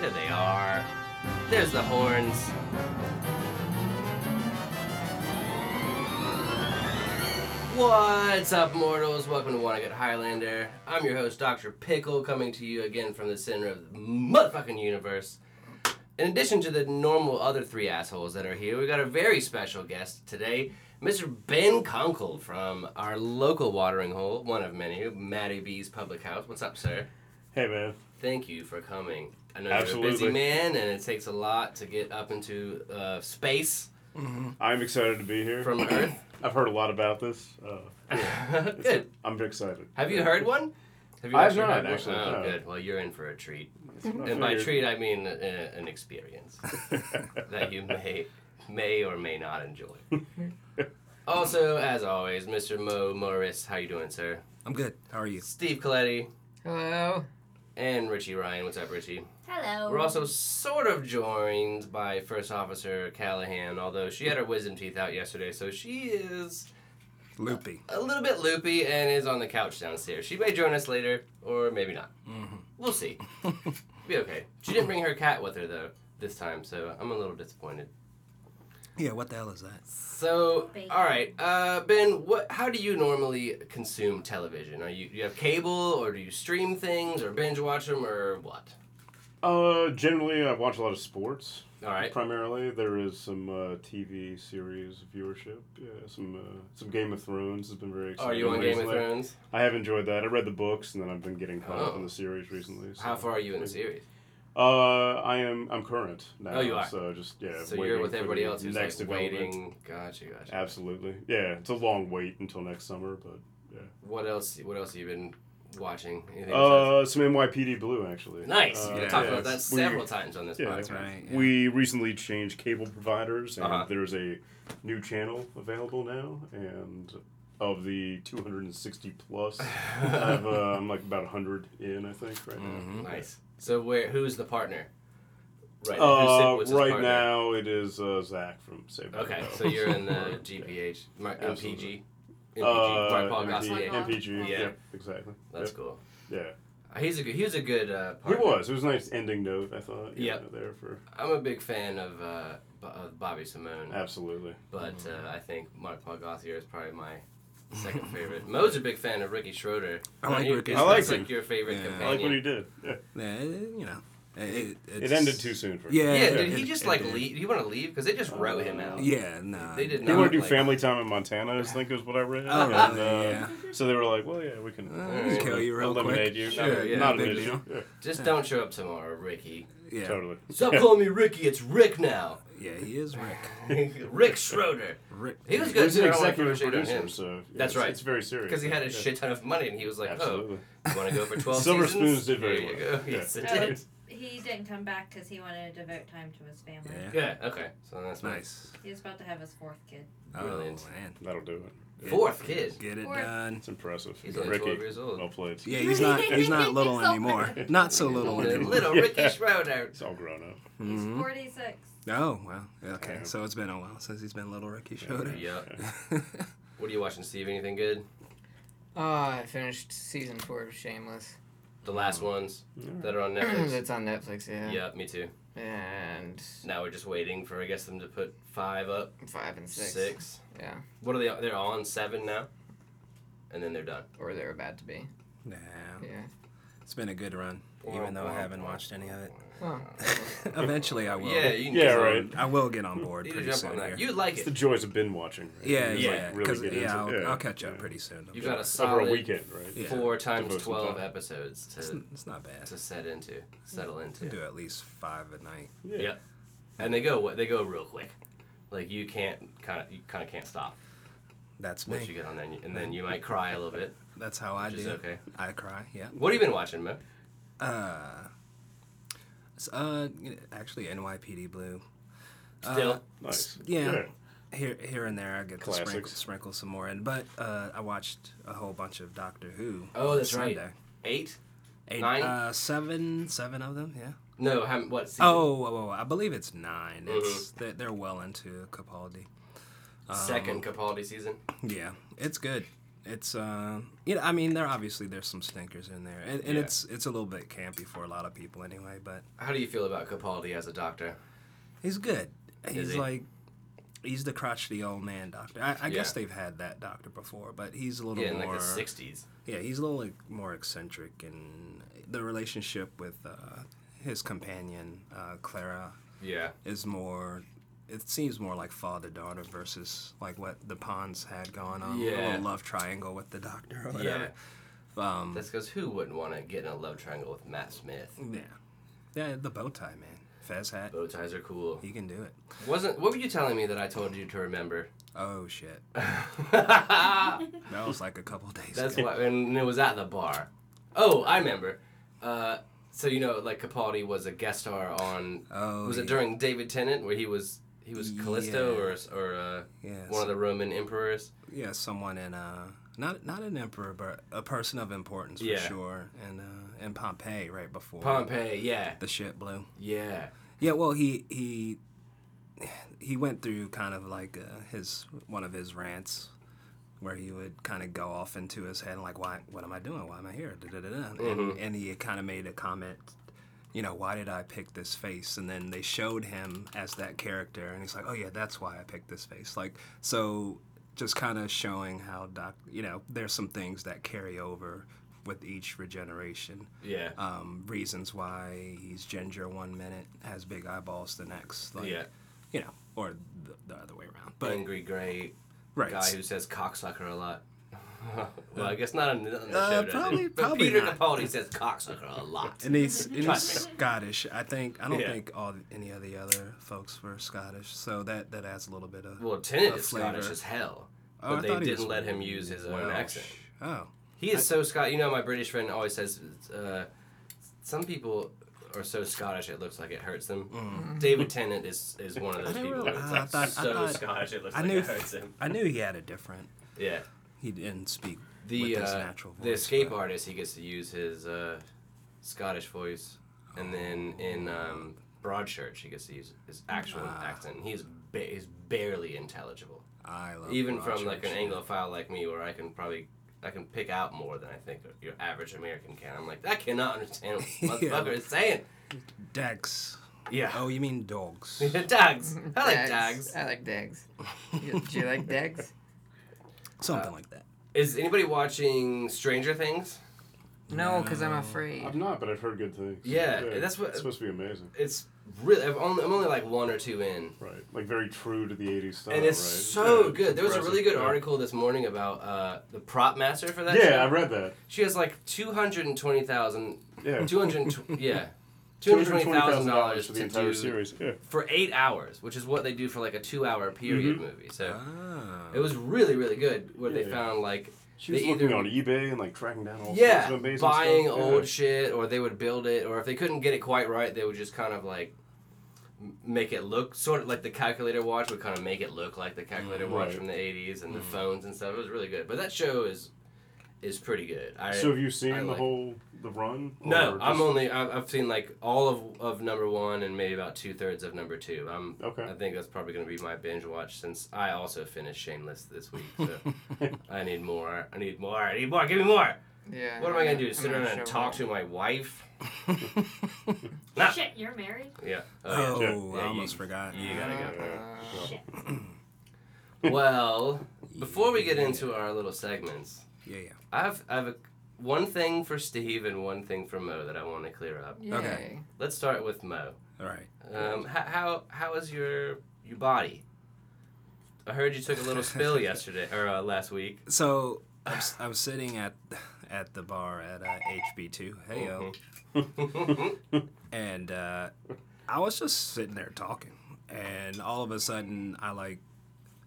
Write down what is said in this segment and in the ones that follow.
There they are. There's the horns. What's up, mortals? Welcome to Wanna Get Highlander. I'm your host, Dr. Pickle, coming to you again from the center of the motherfucking universe. In addition to the normal other three assholes that are here, we got a very special guest today, Mr. Ben Conkle from our local watering hole, one of many, Matty B's Public House. What's up, sir? Hey man, Thank you for coming. I know Absolutely. you're a busy man, and it takes a lot to get up into uh, space I'm excited to be here. from Earth. I've heard a lot about this. Uh, it's- Good. I'm excited. Have you heard one? Have I've actually not, heard one? actually, Oh, no. good. Well, you're in for a treat. I And by figured- treat, I mean uh, an experience that you may may or may not enjoy. also, as always, Mr. Mo Morris, how you doing, sir? I'm good. How are you? Steve Coletti Hello. and Richie Ryan. What's up, Richie? Hello. We're also sort of joined by First Officer Callahan, although she had her wisdom teeth out yesterday, so she is Loopy. a little bit loopy and is on the couch downstairs. She may join us later, or maybe not. We'll see. Be okay. She didn't bring her cat with her though this time, so I'm a little disappointed. Yeah, what the hell is that? So, Baby. all right, uh, Ben, what? How do you normally consume television? Are you do you have cable, or do you stream things, or binge watch them, or what? Uh, generally, I watch a lot of sports. All right. Primarily, there is some uh, TV series viewership. Yeah, some uh, some Game of Thrones has been very exciting. Are you on Game of recently. Thrones? I have enjoyed that. I read the books, and then I've been getting caught up Oh. in the series recently. so- How far are you in the series? Uh, I am. I'm current now. Oh, you are. So just yeah. so you're waiting with for everybody the else who's next like development. waiting. Gotcha, gotcha. Absolutely. Yeah, it's a long wait until next summer, but yeah. What else? What else have you been watching? Anything besides- Uh, some NYPD Blue, actually. Nice. Uh, We've yeah. talked yeah, about that we- several times on this yeah. podcast. Right. yeah. We recently changed cable providers, and Uh-huh. there's a new channel available now. And of the 260 plus, I've, uh, I'm like about 100 in, I think, right Mm-hmm. now. Nice. So where? Who's the partner? Right. Uh, who's Sigwit's right partner? now, it is uh, Zach from Save by the Okay, Bell. so you're in the GPH, Mar- MPG, Absolutely. MPG, Uh, Mark Paul MP- Gosselaar. Gosselaar. MPG. Yeah. Yeah. exactly. That's Yep. cool. Yeah, Uh, He's a good. He was a good. Uh, it partner. was. It was a nice ending note. I thought. you Yep. know, There for I'm a big fan of uh, Bo- of Bobby Simone, absolutely. but uh, I think Mark Paul Gossier is probably my second favorite. Mo's a big fan of Ricky Schroeder. I like You- Ricky. it's- I like it's him. like your favorite Yeah. I companion. I like what he did. Yeah. Yeah, it- you know, it, It it's- ended too soon for me. Yeah. yeah, did he it- just it like did. leave? He want to leave because they just wrote him out. Yeah, no. They did They not. want to do like- family time in Montana, I think is what I read. Oh, and, really? uh, Yeah. So they were like, well, yeah, we can Uh, we can kill you real eliminate quick. you. Sure, not, yeah, not an big issue. deal. Yeah, Just don't show up tomorrow, Ricky. Yeah. Totally. Stop calling me Ricky. It's Rick now. Yeah, he is Rick. Rick Schroeder. Rick. He was He good. was an too, I don't wanna executive throw shade on producer, him. so yeah, That's it's- right. It's very serious. Because he had a Yeah. shit ton of money, and he was like, Absolutely. "Oh, you want to go for twelve Silver seasons?" Spoons did very Here you well. go. Yes, it So did. he didn't come back because he wanted to devote time to his family. Yeah. Good. Okay, so that's Nice. He was about to have his fourth kid. Oh, Brilliant. man. That'll do it. nice. Fourth kid. Get it Or- done. It's impressive. He's Yeah. only 12 years old. Well played. Yeah, he's not he's not little So- anymore. Not so little Little, anymore. little Ricky Schroeder. He's all grown up. He's Mm-hmm. Mhm. 46. Oh, wow. Okay, Yeah. so it's been a while since he's been little Ricky Schroeder. Yep. What are you watching, Steve? Anything good? Uh, I finished season four of Shameless. The last ones that are on Netflix. That's on Netflix, yeah. Yep, me too. And Now we're just waiting for, I guess, them to put five up, five and six. six. Yeah. What are they? They're on seven now, and then they're done. Or they're about to be. Nah, Yeah. it's been a good run, even though I haven't watched any of it. Oh. Eventually, I will. Yeah, you can Yeah, get on- right. um, I will get on board You need pretty to jump soon on here. that. You like It's it. the joys of binge watching. Right? Yeah, It's yeah, Like really 'cause, get yeah, into I'll, it. I'll catch up yeah. pretty soon. You've got a Over solid a weekend, right? Yeah. four times Devote some twelve time. episodes It's, to, it's not bad. to set into, settle into. You do at least five a night. Yeah. Yep. And they go they go real quick, like you can't kind of you kind of can't stop That's once you me. get on there, and you- and then you might cry a little bit, That's how I which do. is okay. I cry. Yeah. What have you been watching, Mo? Uh, s- uh, you know, actually NYPD Blue. Still, Uh, Nice. Yeah. Here, here and there, I get to sprinkle, Classics. sprinkle some more in. But uh, I watched a whole bunch of Doctor Who. Oh, on that's right. Sunday. eight? Eight, Nine? Uh, seven, seven of them. Yeah. No, haven't. What season? Oh, whoa, whoa, whoa, I believe it's 9 Mm-hmm. It's they're, they're well into Capaldi. um, second Capaldi season. Yeah, it's good. It's uh, you know, I mean, there obviously there's some stinkers in there, and, and Yeah. it's it's a little bit campy for a lot of people anyway. But How do you feel about Capaldi as a doctor? he's good. He's he? like, he's the crotchety old man doctor. I, I Yeah. guess they've had that doctor before, but he's a little Yeah, in more. like the '60s. Yeah, he's a little like, more eccentric, and the relationship with uh, his companion uh, Clara Yeah. is more. It seems more like father daughter versus like what the Pons had going on, a Yeah. little love triangle with the doctor or whatever. Um, That's because who wouldn't want to get in a love triangle with Matt Smith? yeah, yeah, the bow tie man, Fez hat, Bow ties are cool. he can do it. Wasn't what were you telling me that I told you to remember? Oh shit, That's that was like a couple days. ago. why, and it was at the bar. Oh, I remember. Uh, so you know, like Capaldi was a guest star on. Oh, was it yeah. during David Tennant where he was he was Callisto Yeah. or s- or uh, Yeah, one of the Roman emperors? yeah, someone in uh not not an emperor, but a person of importance for Yeah. sure, and uh, in Pompeii right before Pompeii. Yeah, the shit blew. yeah, Yeah, well, he he he went through kind of like uh, his one of his rants where he would kind of go off into his head and like, why? What am I doing? Why am I here? Da, da, da, da. And, and he kind of made a comment. You know, why did I pick this face? And then they showed him as that character, and he's like, "Oh yeah, that's why I picked this face." Like, so just kind of showing how doc, you know, there's some things that carry over with each regeneration yeah. um, reasons why he's ginger one minute, has big eyeballs the next. Like, Yeah. You know, or the, the other way around. But Angry Gray right, guy who says cocksucker a lot. well, I guess not on the, on the Uh, show. does probably- it? But probably Peter not. Capaldi says cocksucker a lot. and he's, and he's Trust Scottish. I think I don't Yeah. think all any of the other folks were Scottish, so that that adds a little bit of. Well, Tennant A is flavor. Scottish as hell, Oh, I but they thought he didn't was let him use his own Welsh. accent. Oh, He is so Scott. You know, my British friend always says, uh, "Some people are so Scottish it looks like it hurts them." David Tennant is is one of those Mm. I didn't people. realize- that's I like thought- I so thought- Scottish it looks I like knew it hurts him. I knew he had a different. Yeah. He didn't speak The with his uh, natural voice. the escape but- artist he gets to use his uh, Scottish voice, and then in um, Broadchurch he gets to use his actual Ah. accent. He's ba- he's barely intelligible. I love even Broadchurch. from like an anglophile like me where i can probably i can pick out more than i think your average american can i'm like i cannot understand what this Yeah. motherfucker is saying Dags. yeah Oh, you mean dogs? dogs i like Dags. dogs I like Dags. You- Do you like Dags? Something like that. is anybody watching stranger things No, because I'm afraid. I've not, but I've heard good things. Yeah, that's what- It's supposed to be amazing. it's really i've only i'm only like one or two in Right. Like very true to the 80s style. and it's right? so Yeah, it's good. There was a impressive. really good Yeah. article this morning about uh, the prop master for that. Yeah, show. I read that. She has like two hundred and twenty thousand. Yeah. Two hundred. Yeah. Two hundred twenty thousand $220,000 dollars for to the entire do series. Yeah. for eight hours, which is what they do for like a two-hour period movie. So Ah. it was really, really good. Where they Mm-hmm. Yeah. found like She was they looking either- on eBay and like tracking down all sorts yeah, of amazing buying stuff. old yeah. shit, or they would build it, or if they couldn't get it quite right, they would just kind of like m- make it look sort of like the calculator watch would kind of make it look like the calculator Mm, watch right. from the 80s and the phones and stuff. It was really good. But that show is is pretty good. I, So have you seen I the like- whole the run? no, Or I'm just- only I've, I've seen like all of, of number one and maybe about two thirds of number two. I'm Okay. I think that's probably going to be my binge watch since I also finished Shameless this week. Oh, So I need more. I need more. I need more. Give me more. yeah. What am I going to do? Sit Uh, I'm around not and sure talk what- to my wife? Ah. Shit, you're married? Yeah. Oh, Yeah. Yeah, I you- almost forgot. You gotta go. Uh, Shit. Oh. yeah. Well, before we get into our little segments, Yeah, yeah. I've I've a, one thing for Steve and one thing for Mo that I want to clear up. Okay. Let's start with Mo. All right. Um, how, how how is your your body? I heard you took a little spill yesterday or uh, last week. So I'm, s- I'm sitting at at the bar at uh, HB2. Hey yo, Mm-hmm. and uh, I was just sitting there talking, and all of a sudden I like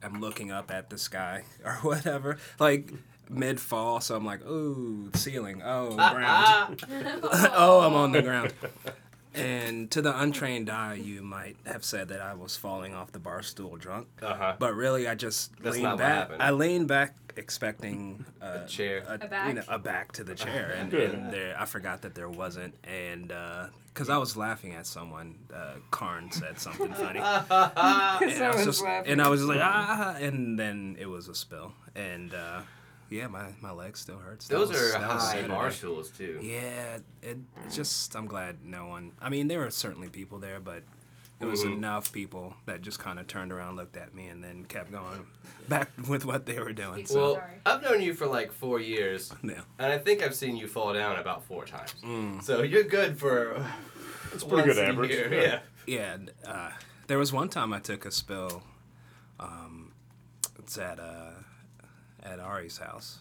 am looking up at the sky or whatever, like mid fall. So I'm like, ooh, ceiling, oh Ah, ground, oh I'm on the ground. And to the untrained eye, you might have said that I was falling off the bar stool drunk. Uh huh. But really, I just That's leaned not what back. happened. I leaned back expecting uh, a chair. a, A back? you know, a back to the chair, and, Good. and there I forgot that there wasn't, and because I was laughing at someone, uh, Karn said something funny, and, I was Someone's just, laughing. and I was just like ah, and then it was a spill, and uh, Yeah, my, my leg still hurts. That Those was- are that was high Saturday. bar stools too. Yeah, it just I'm glad no one. I mean, there were certainly people there, but there was Mhm. enough people that just kind of turned around, looked at me, and then kept going back with what they were doing. So Well, Sorry. I've known you for like four years, yeah, and I think I've seen you fall down about four times. So you're good for. uh, It's Mm. pretty good average, yeah. Yeah. yeah. and, Uh, there was one time I took a spill. Um, it's at uh, at Ari's house,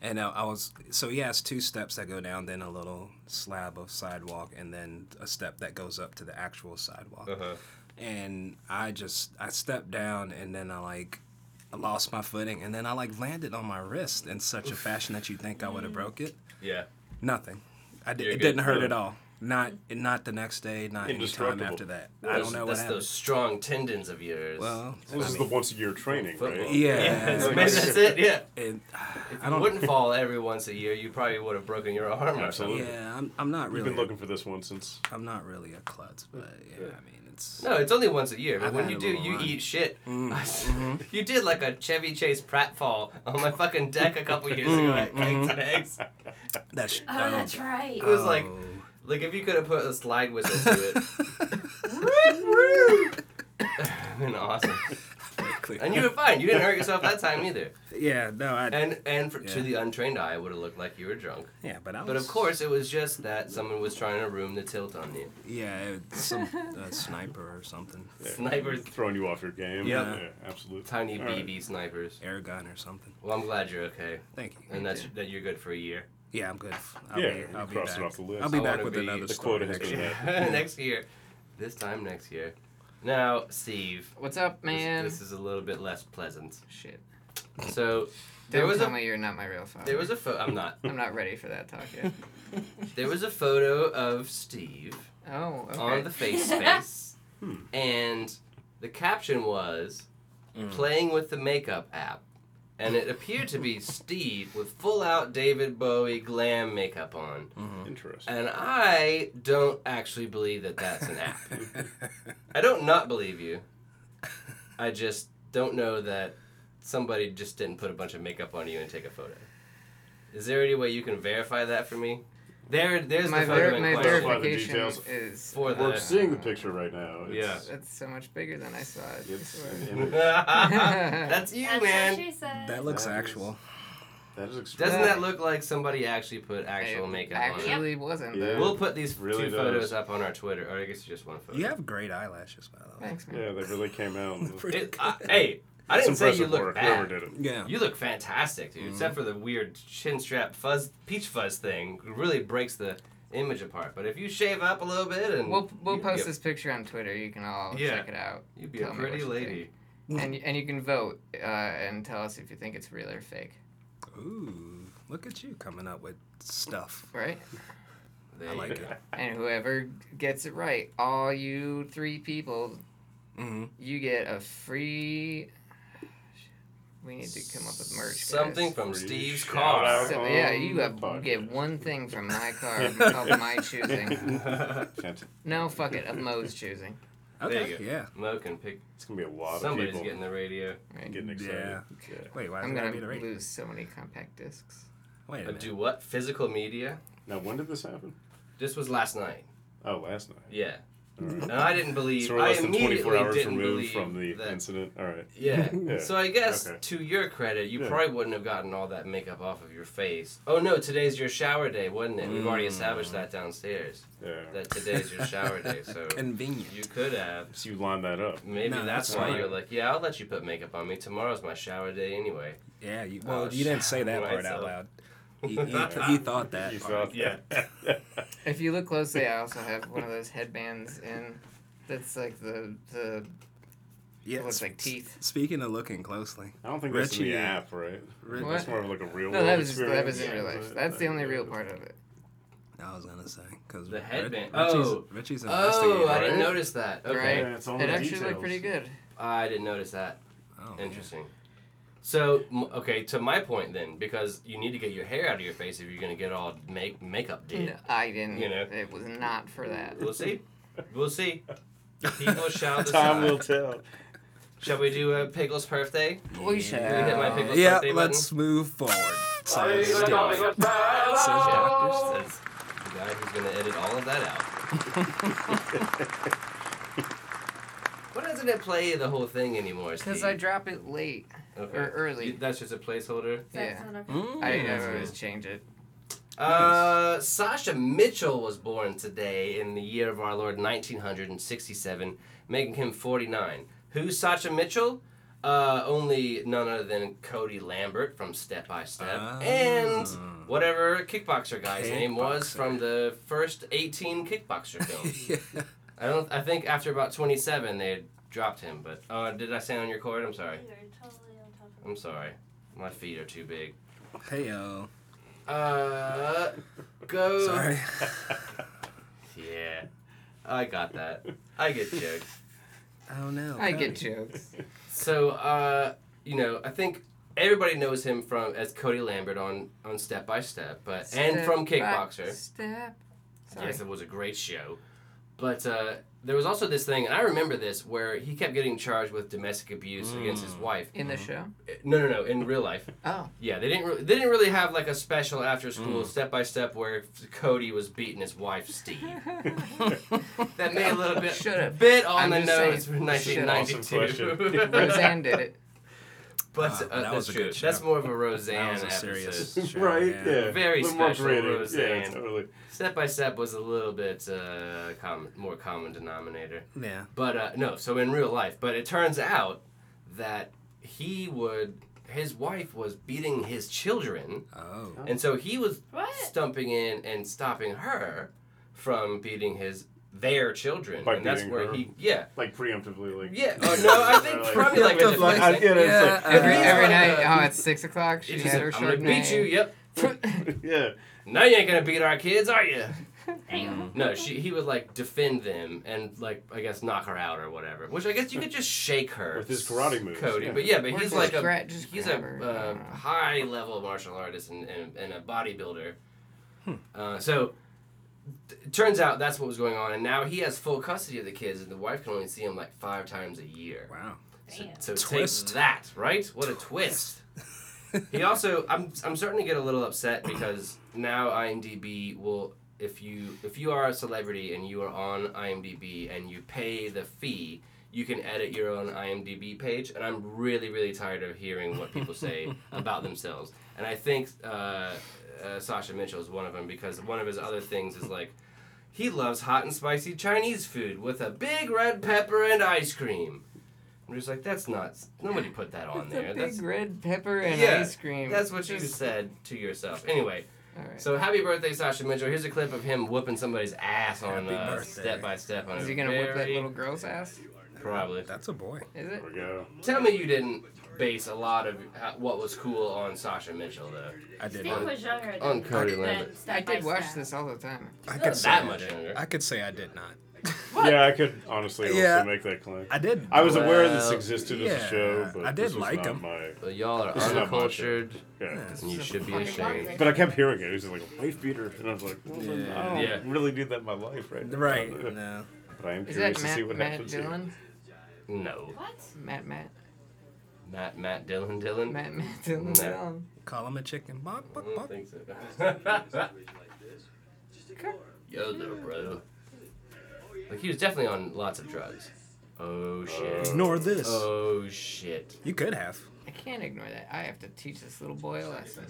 and I, I was so he has two steps that go down, then a little slab of sidewalk, and then a step that goes up to the actual sidewalk. Uh-huh. and I just I stepped down and then I like I lost my footing and then I like landed on my wrist in such a fashion that you think I Mm. would have broke it. Yeah. Nothing. I did, You're it good. didn't hurt Yeah. at all. Not not the next day. Not any time Indestructible. after that. I Those- don't know what That's happened. those strong tendons of yours. Well, Well, this I is the mean, once a year training, right? Football. Yeah. Yeah, It's maybe like- that's it. Yeah, it- if I you don't. wouldn't fall every once a year, you probably would have broken your arm or something. Absolutely. yeah, I'm, I'm not We've really. been looking for this one since. I'm not really a klutz, but yeah, I mean it's. No, it's only once a year. But I've when had you a Mm. Mm-hmm. do, little you run. eat shit. you did like a Chevy Chase pratfall on my fucking deck a couple years Mm. ago at Mm-hmm. Cakes and Eggs. That's. Oh, that's right. It was like, like if you could have put a slide whistle to it, been awesome. And you were fine. You didn't hurt yourself that time either. yeah, no, I. And and for, to Yeah. the untrained eye, it would have looked like you were drunk. yeah, but I was. But of course, it was just that someone was trying to room the tilt on you. Yeah, it- some a sniper or something, Yeah. Snipers, Throwing you off your game. Yeah. absolutely. tiny All right. BB snipers. air gun or something. Well, I'm glad you're okay, Thank you. and that's that you're good for a year. Yeah, I'm good. I'll Yeah, be, you I'll be crossed back. it off the list. I'll be I back wanna with be- another the story quota has next been year. met. next year, this time next year. Now, Steve, What's up, this- man? this is a little bit less pleasant. Shit. So there Don't was tell a me you're not my real father. there was a photo. I'm not. I'm not ready for that talk yet. There was a photo of Steve Oh, okay. on the face space, Hmm. and the caption was Mm. Mm. playing with the makeup app. And it appeared to be Steve with full out David Bowie glam makeup on. Interesting. And I don't actually believe that that's an app. I don't not believe you. I just don't know that somebody just didn't put a bunch of makeup on you and take a photo. Is there any way you can verify that for me? There, there's my the photo ver- in my question. verif- verification details. is For the- We're seeing the picture right now. It's, That's so much bigger than I saw it. I It's swear. an image. That's you, That's what man. she said. That looks That is- actual. That is Doesn't extraordinary. that look like somebody actually put actual It makeup on? actually wasn't. Yeah. though. We'll put these Really two does. photos up on our Twitter, or I guess just one photo. You have great eyelashes, by the way. Thanks, man. Yeah, they really came out. Pretty It, good. I, hey, I That's didn't say you impressive look work. Whoever bad. did it. yeah. You look fantastic, dude. Except Mm-hmm. for the weird chin strap fuzz, peach fuzz thing, It really breaks the image apart. But if you shave up a little bit and We'll we'll you'd post be this picture on Twitter. You can all Yeah. check it out, a, you'd be a tell me what pretty you lady. and y- and you can vote uh, and tell us if you think it's real or fake. Ooh, look at you coming up with stuff. Right? There I you like go. it. And whoever gets it right, all you three people, Mm-hmm. you get a free. We need to come up with merch. guys. Something from Free Steve's shout car. out. So, yeah, you Um, have you podcast. get one thing from my car of my choosing. Fantastic. No, fuck it, of Mo's choosing. There Okay. you go. Yeah. Mo can pick. It's gonna be a lot Somebody's of people getting the radio. Right. getting excited. Yeah. Yeah. Wait, why is I'm it gonna gonna be the radio? lose so many compact discs. Wait a Uh, minute. Do what? Physical media? Now, when did this happen? This was last night. Oh, last night. Yeah. And I didn't believe. So we're Mm-hmm. I less than immediately 24 hours didn't removed believe from the that- incident. All right. Yeah. Yeah. So I guess Okay. to your credit, you Yeah. probably wouldn't have gotten all that makeup off of your face. Oh no, today's your shower day, wasn't it? We've already Mm. established that downstairs. Yeah. That today's your shower day, so Convenient. you could have. So you lined that up. Maybe No, that's, that's why fine. you're like, yeah, I'll let you put makeup on me. Tomorrow's my shower day anyway. yeah. You, well, Oh, you didn't say that shit. part out Myself. loud. You, you, you thought that. You part. thought Yeah. that. If you look closely, I also have one of those headbands in. That's like the the Yeah. it looks s- like teeth. Speaking of looking closely, I don't think that's in the Richie, uh, app, right? Richie- That's more of like a real No, world that was that experience. was in real life. But, That's the uh, only real yeah. part of it. I was gonna say because The headband. Richie's, Oh. Richie's an Oh, I investigator. didn't right? notice that. Okay, Right. Yeah, it's all It the actually looked details. pretty good. I didn't notice that. Oh, yeah. Interesting. So m- okay, to my point then, because you need to get your hair out of your face if you're gonna get all make makeup did. No, I didn't. You know. It was not for that. We'll see. We'll see. People shall Time decide. will tell. Shall we do a Pickle's birthday? We Can we hit my Pickle's yeah, birthday let's move forward. So let's do it. button? Says Hello. Doctor says the guy who's gonna edit all of that out. Why doesn't it play the whole thing anymore? Because Steve? I drop it late. okay. or early. You- that's just a placeholder. That's Yeah. not okay. Mm. I, that's I always good. change it. Uh, Sasha Mitchell was born today in the year of our Lord 1967, making him 49. Who's Sasha Mitchell? Uh, only none other than Cody Lambert from Step by Step, Ah. and whatever kickboxer guy's name was Kickboxer. from the first 18 kickboxer films. Yeah. I don't. I think after about 27 they had dropped him. But uh, did I say on your cord? I'm sorry. You're totally on top of I'm sorry. My feet are too big. Hey yo. Uh, go. Sorry. Yeah, I got that. I get jokes. Oh no. I get Cody. jokes. So, uh, you know, I think everybody knows him from as Cody Lambert on on Step by Step, but and Step from by Kickboxer. Step. Sorry. Yes, it was a great show. But uh, there was also this thing, and I remember this, where he kept getting charged with domestic abuse against his wife. In the show? Uh, No, no, no, in real life. Oh. Yeah, they didn't. Re- they didn't really have like a special after school step by step where Cody was beating his wife Steve. that made a little bit Shut up. bit on I'm the just saying, nose for shut up. 1992. Roseanne did it. but Ah, uh, that that's was a true. good show. That's more of a Roseanne That was a serious episode. show, right? yeah. Yeah. Very A little more special gritty. Yeah, Roseanne. totally. Step by step was a little bit uh, common, more common denominator. Yeah. But uh, no, so in real life. But it turns out that he would. His wife was beating his children, Oh. and so he was What? stumping in and stopping her from beating his their children. By and that's beating where her. he yeah. Like preemptively, like Yeah. Oh no, I think Like- probably like a Preemptive, like, defense I- thing. yeah, it's Yeah, like- Every, Yeah. every Yeah. night, oh, at 6 o'clock, she She had said, her I'm gonna short beat you. Yep. yeah. Now you ain't gonna beat our kids, are you? Mm-hmm. Damn. No, she he would like defend them and like I guess knock her out or whatever. Which I guess you could just shake her With his karate moves, Cody. yeah. But yeah, but Or he's just like a gra- just he's grab a her. uh, high level martial artist and, and, and a bodybuilder. Hmm. Uh, so t- turns out that's what was going on, and now he has full custody of the kids, and the wife can only see him like five times a year. Wow. So, Damn. so Twist. take that, right? What a twist. he also, I'm, I'm starting to get a little upset because now IMDb will, if you, if you are a celebrity and you are on IMDb and you pay the fee, you can edit your own IMDb page. And I'm really, really tired of hearing what people say about themselves. And I think uh, uh, Sasha Mitchell is one of them because one of his other things is like. He loves hot and spicy Chinese food with a big red pepper and ice cream. I'm just like, that's not. Nobody put that on It's a there. big That's red pepper and Yeah, ice cream. that's what you Just- said to yourself. Anyway, All right. so happy birthday, Sasha Mitchell. Here's a clip of him whooping somebody's ass on Happy uh, birthday. step by step. On Is a he gonna whip that very- little girl's ass? Probably. That's a boy. Is it? There we go. Tell me you didn't base a lot of uh, what was cool on Sasha Mitchell though. I did. Steve was younger than- On Cody than Lambert. Step I by did watch Step. this all the time. I Not could say that I much did. younger. I could say I did not. Yeah, I could honestly also Yeah. make that claim. I did. I was aware this Well, existed as yeah, a show, but I did this was like not 'em. My, But y'all are is not my uncultured, yeah. and you should be Fucking ashamed. Lambert. But I kept hearing it. It was like a wife beater, and I was like, well, then I don't Yeah. really do that in my life right now. Right. But No. I am Is curious that to see Matt, what Matt happens. here. Dillon? No, What? Matt, Matt, Matt, Matt, Dylan, Dylan. Matt, Matt Dillon. Matt. Dillon. Call him a chicken. Bop, I bop, don't bop. think so. Yo there, bro. Like he was definitely on lots of drugs. Oh shit. Ignore this. Oh shit. You could have. I can't ignore that. I have to teach this little boy a lesson.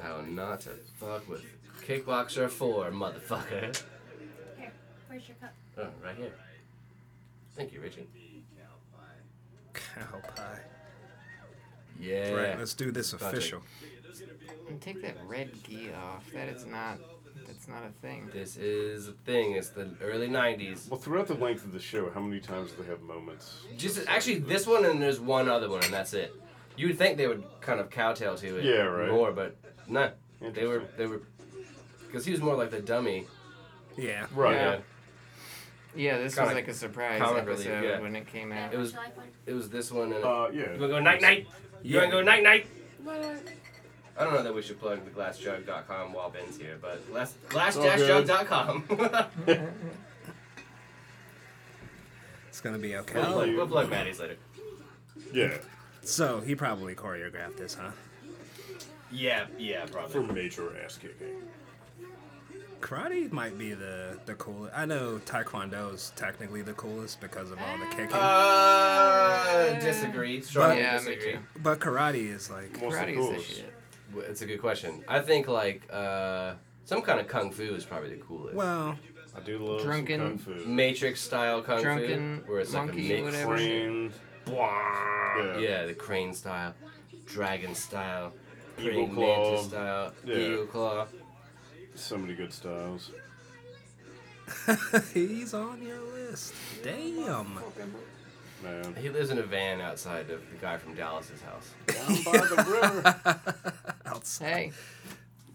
How not to fuck with Kickboxer 4, motherfucker. Here, where's your cup? Oh, right here. Thank you, Richie. Cow pie. Yeah. Right. Let's do this official. And take that red gi off. That is not. That's not a thing. This is a thing. It's the early 90s. Well, throughout the length of the show, how many times do they have moments? Just actually this one and there's one other one and that's it. You would think they would kind of cowtail to it Yeah, right. more, but no. They were Interesting. they were because he was more like the dummy. Yeah. Right. Yeah. Yeah, this was Kinda like a surprise comic relief, episode yeah. when it came out. It Would was- you like one? It was this one and Uh, You yeah. wanna go night night? You Yeah. wanna go night night? I don't know that we should plug the glassjug.com while Ben's here, but glass glass-jug.com. It's gonna be okay. we'll, Oh. plug, we'll plug Maddie's later. Yeah, So he probably choreographed this, huh? Yeah, yeah, for probably. major ass kicking. Karate might be the the coolest. I know Taekwondo is technically the coolest because of all the kicking, Ah. Uh, disagree. Strongly Yeah, me disagree. too. but karate is like What's the Karate is the coolest? shit. Well, It's a good question. I think like uh, some kind of kung fu is probably the coolest. well, I do love some Drunken- kung fu. Matrix style kung Drunken fu, where it's monkey, like a mix. whatever. Crane. Yeah. Yeah, the crane style, dragon style, Eagle praying claw. mantis style, Yeah. eagle claw. So many good styles. he's on your list. Damn. Man. He lives in a van outside of the guy from Dallas's house. Down by the river. Outside. Hey,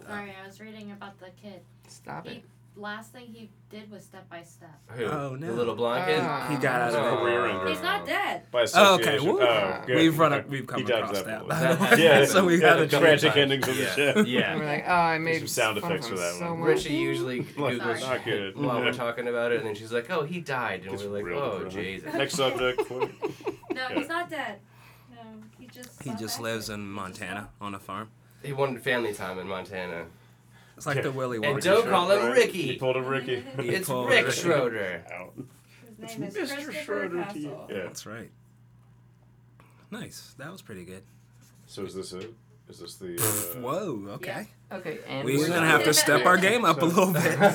Sorry, I was reading about the kid. stop it. He, last thing he did was step by step. Who? Oh, no. The little blonde kid. Ah. He got out of Oh. it. Career ender. He's not dead. By Uh, Oh, okay, association. woo. Oh, good. We've run I- up- we've come he dodged across that. that. one. yeah, So we yeah, had a couple tragic times. endings of Yeah. the show. And we're Yeah. like, oh, I made some sound fun of effects him for that so one. much. Richie usually Like, googles that's not shit good. while Yeah. we're talking about it, and then she's like, "Oh, he died," and It's we're like, real "Oh, depressing. Jesus." Next subject. No, Yeah. he's not dead. No, he just. He got just back lives to it. in Montana on a farm. He wanted family time in Montana. It's like the Willy And Wonka. don't show. call him Ricky. He pulled a Ricky. He It's pulled Rick Rick. Schroeder. Out. His name is Mr. Schroeder Christopher to you. Castle. Yeah. That's right. Nice. That was pretty good. So is this it? Is this the? Uh, Whoa. Okay. Okay, and We're we're gonna have to step our game up a little bit. no,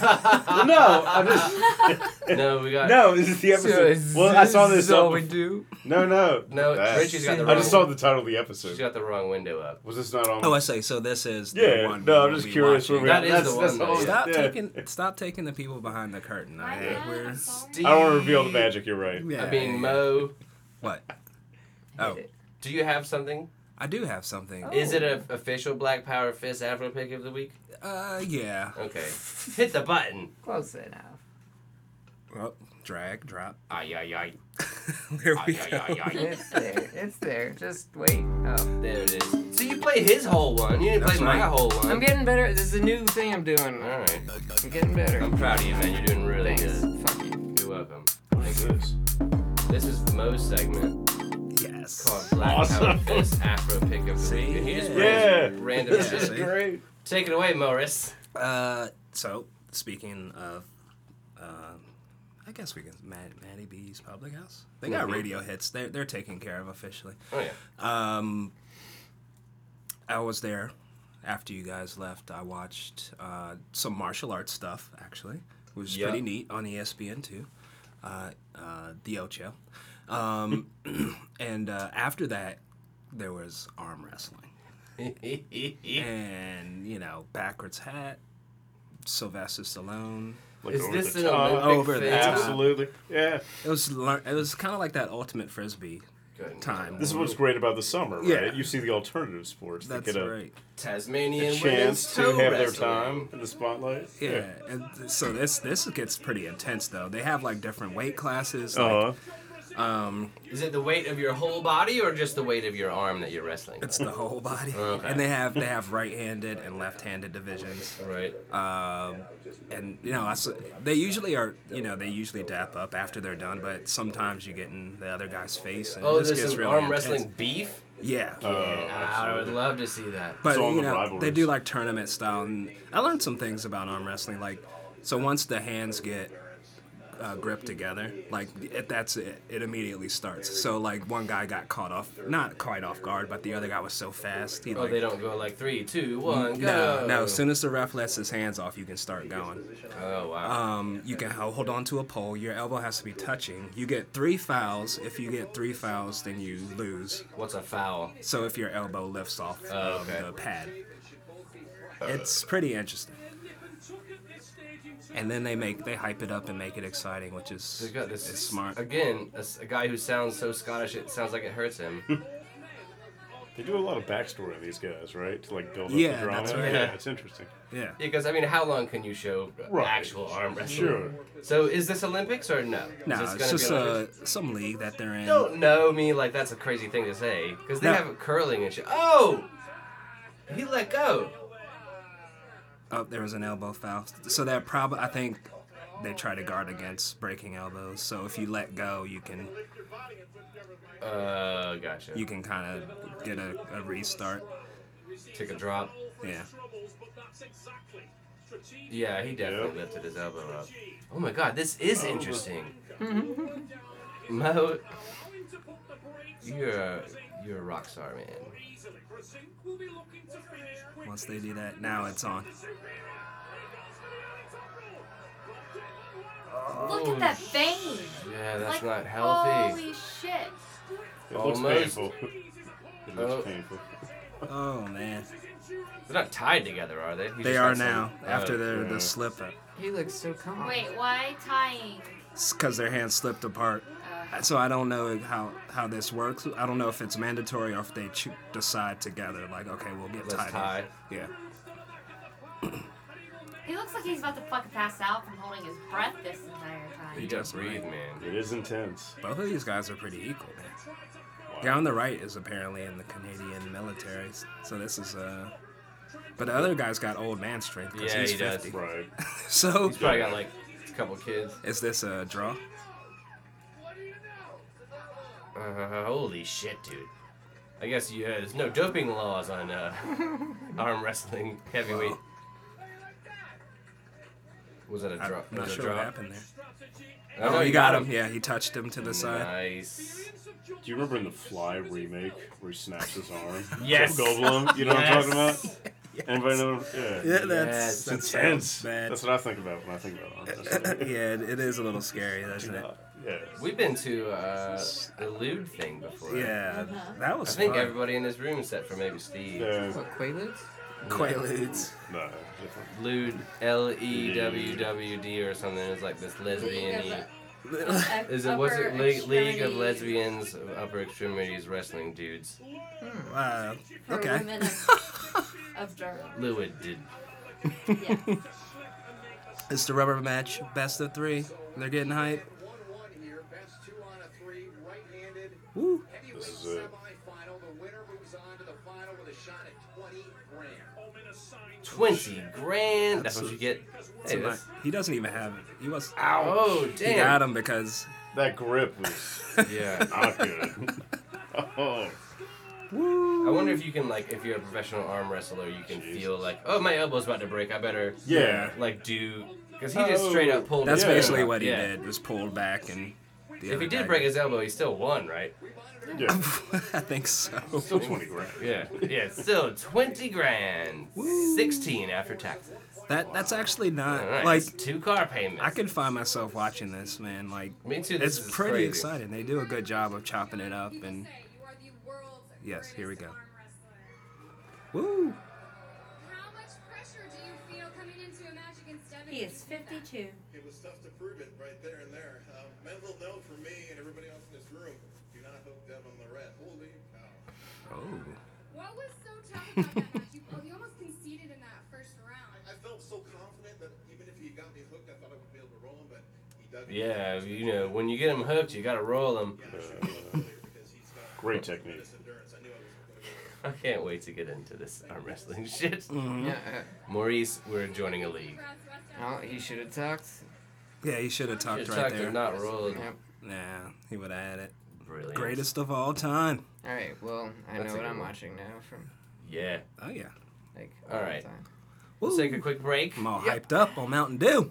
I'm just No, we got no. This is the episode. well, I saw this. So up we bef- do. No, no. No, That- Richie's got the I wrong. just saw the title of the she's episode. got the wrong window up. Was this not on? Oh, I say. So this is. The yeah. one no, we'll I'm just be curious where watching. we. That is that's, the that's one, though. all- Stop yeah. taking. Stop taking the people behind the curtain. I Why think not? we're. I'm sorry. Steve- I don't want to reveal the magic. You're right. Yeah, I mean, yeah, Mo, What? Oh, do you have something? I do have something. Is it a official Black Power Fist Afro pick of the week? Uh, yeah. Okay, hit the button. Close enough. Well, Oh, drag, drop. Ay ay ay. Here we Ay, go. ay, ay, ay. It's there. It's there. Just wait. Oh. There it is. So you played his whole one. You didn't play That's my right. whole one. I'm getting better. This is a new thing I'm doing. All right. I'm getting better. I'm proud of you, man. You're doing really Thanks. good. Fuck you. You're welcome. What is this? This is Mo's segment called Yes. Black Power Awesome. Fist Afro pick of the See? week. And he just Yeah. brings random This shit. is great. Take it away, Morris. Uh, so speaking of, uh, I guess we can Mad, Maddie B's Public House. They got Mhm. radio hits. They're they're taken care of officially. Oh yeah. Um, I was there after you guys left. I watched uh, some martial arts stuff actually, which was Yeah. pretty neat on E ESPN too. Uh, uh, the Ocho, um, and uh, after that, there was arm wrestling and you know backwards hat, Sylvester Stallone. Like Is over this the an top. Olympic Over the thing? top. Absolutely. Yeah. It was lear- it was kind of like that ultimate frisbee Good. time. This is what's great about the summer, right? Um, Yeah. You see the alternative sports that That's get a, right. Tasmanian a women's chance to toe have their wrestling. time in the spotlight. Yeah, and th- so this this gets pretty intense though. They have like different weight classes. Like, Uh huh. Um, Is it the weight of your whole body or just the weight of your arm that you're wrestling? it's the whole body, Okay. and they have they have right-handed and left-handed divisions. right. Um, and you know, I s they usually are. You know, they usually dap up after they're done, but sometimes you get in the other guy's face, and Oh, this there's gets some really arm intense. wrestling beef. Yeah. Uh, I would love to see that. But It's all you in the know, they rivalries. do like tournament style, and I learned some things about arm wrestling. Like, so once the hands get uh, gripped together, like it, that's it. It immediately starts. So like one guy got caught off, not quite off guard, but the other guy was so fast. He, Oh, like, they don't go like three, two, one, go. no, no. As soon as the ref lets his hands off, you can start going. Oh wow. Um, you can ho- hold on to a pole. Your elbow has to be touching. You get three fouls. If you get three fouls, then you lose. What's a foul? So if your elbow lifts off Oh, of okay. the pad, it's pretty interesting. And then they make they hype it up and make it exciting, which They is got this It's smart. Again, a, s- a guy who sounds so Scottish, it sounds like it hurts him. They do a lot of backstory on these guys, right? To like build up Yeah, the drama. that's right. Yeah, it's interesting. yeah. Because I mean, how long can you show Right. actual arm wrestling? Sure. So is this Olympics or no? No, is this it's gonna just be Olympics? uh, some league that they're in. Don't know me like that's a crazy thing to say because they No. have curling and shit. Oh, he let go. Oh, there was an elbow foul. So that probably I think they try to guard against breaking elbows. So if you let go, you can Uh, gotcha. you can kind of get a, a restart. Take a drop. Yeah. Yeah, he definitely Yeah. lifted his elbow up. Oh my god, this is interesting. Mo, you're a, you're a rock star, man. Once they do that, now it's on. Look at that vein. Yeah, that's like, not healthy. Holy shit. It looks Almost. painful. It looks Oh. painful. Oh man, They're not tied together, are they? He they just are got some- now Oh, after their yeah. the slip up He looks so calm. Wait, why tying? because their hands slipped apart. Uh, So I don't know how how this works. I don't know if it's mandatory or if they cho- decide together. Like okay, we'll get Let's tied. up. tie. Yeah. he looks like he's about to fucking pass out from holding his breath this entire You time. gotta just breathe, might. man. It is intense. Both of these guys are pretty equal. Man. Guy on the right is apparently in the Canadian military, s- so this is uh. But the other guy's got old man strength because Yeah, he's he does. fifty. Right. So He's probably got like a couple kids. is this a draw? Uh, holy shit, dude. I guess you, uh, there's no doping laws on uh, arm wrestling heavyweight. Well. Was that a I'm drop? not was it a sure what drop? happened there. Oh, Oh, you he got him. Yeah, he touched him to the side. Nice. Do you remember in the Fly remake where he snaps his arm? Yes. Jeff Goldblum. You know what I'm talking Yes. about? Anybody know? Yeah. that's- It's intense. bad. That's what I think about when I think about arm wrestling. yeah, it, it is a little scary, doesn't it? Yeah. We've been to uh, the lewd thing before. Yeah, that I was think fun. everybody in this room except for maybe Steve. Yeah. What, Quaaludes? Quaaludes. No. different. Lewd, L E W W D or something. It's like this lesbian. Is it was it Le- League of Lesbians of Upper Extremities Wrestling Dudes? wow. Uh, Okay. Women of, of Durham. Lewd did. Yeah. It's the rubber match, best of three. They're getting hype. Woo. This is it. Twenty grand. That's, what Oh, That's you get. Hey, Tonight. that's, He doesn't even have it. He was. oh He got damn. him because. That grip was Yeah. not good. oh. I wonder if you can like, if you're a professional arm wrestler, you can feel like, oh, my elbow's about to break. I better Yeah. like do because he just straight up pulled. Oh, That's his elbow. basically what he Yeah. did. Was pulled back and. The If other he guy- did break his elbow, he still won, right? Yeah. I think so. Still 20 grand. Yeah. Yeah. Still twenty grand, sixteen after taxes. That that's actually not All right. Uh, like that's two car payments. I could find myself watching this, man. Like Me too. This it's is pretty crazy. exciting. They do a good job of chopping it up and Yes, here we go. woo. How much pressure do you feel coming into a match against Devin? He is 52. It was tough to prove it right there and there. Um, mental note for me and everybody else in this room: do not hook Devin Lorette. Holy cow! Oh, What was so tough about that match? You, oh, you almost conceded in that first round. I felt so confident that even if he got me hooked, I thought I would be able to roll him, but he dug it. Yeah, you know, when you get him hooked, you gotta roll him. I should have rolled earlier because he's got Great technique. this endurance. I knew I wasn't going to go. I can't wait to get into this arm wrestling shit. Yeah. Maurice, we're joining a league. Whereas West uh, No, he should have talked. yeah, he should have talked Just right talked there. and not rolled. Yep. Nah, he would have had it. Brilliant. Greatest of all time. All right. Well, I That's a know what good I'm one. watching now from Yeah. Oh yeah. like. All right. the time. Let's Woo. take a quick break. I'm all hyped up on Mountain Dew.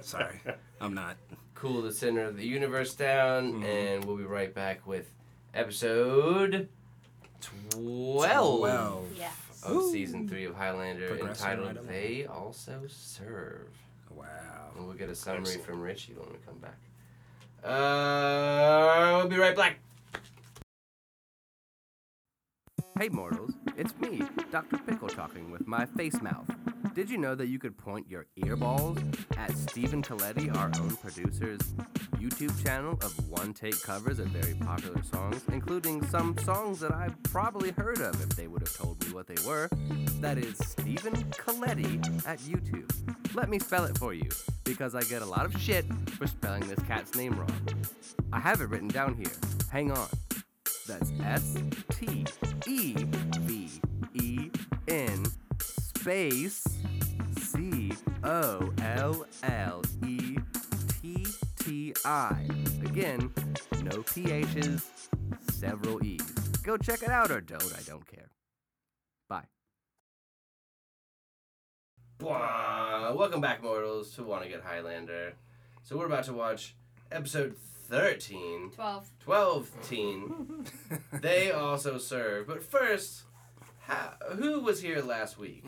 Sorry, I'm not. cool the center of the universe down, Mm-hmm. and we'll be right back with episode 12, Well, Yeah. of season three of Highlander Progressing right entitled along. They Also Serve. wow. And we'll get a summary Excellent. from Richie when we come back. Uh, we'll be right back. Hey mortals, it's me, Dr. Pickle talking with my face mouth. Did you know that you could point your earballs at Stephen Coletti, our own producer's YouTube channel of one take covers of very popular songs, including some songs that I've probably heard of if they would have told me what they were? That is Stephen Coletti at YouTube. Let me spell it for you, because I get a lot of shit for spelling this cat's name wrong. I have it written down here. Hang on. That's S T E V E N space C O L L E T T I. Again, no PHs, several E's. Go check it out or don't, I don't care. Bye. Welcome back, mortals, to Wanna Get Highlander. So we're about to watch episode 13. 12. 12 teen. they also serve. But first, how, who was here last week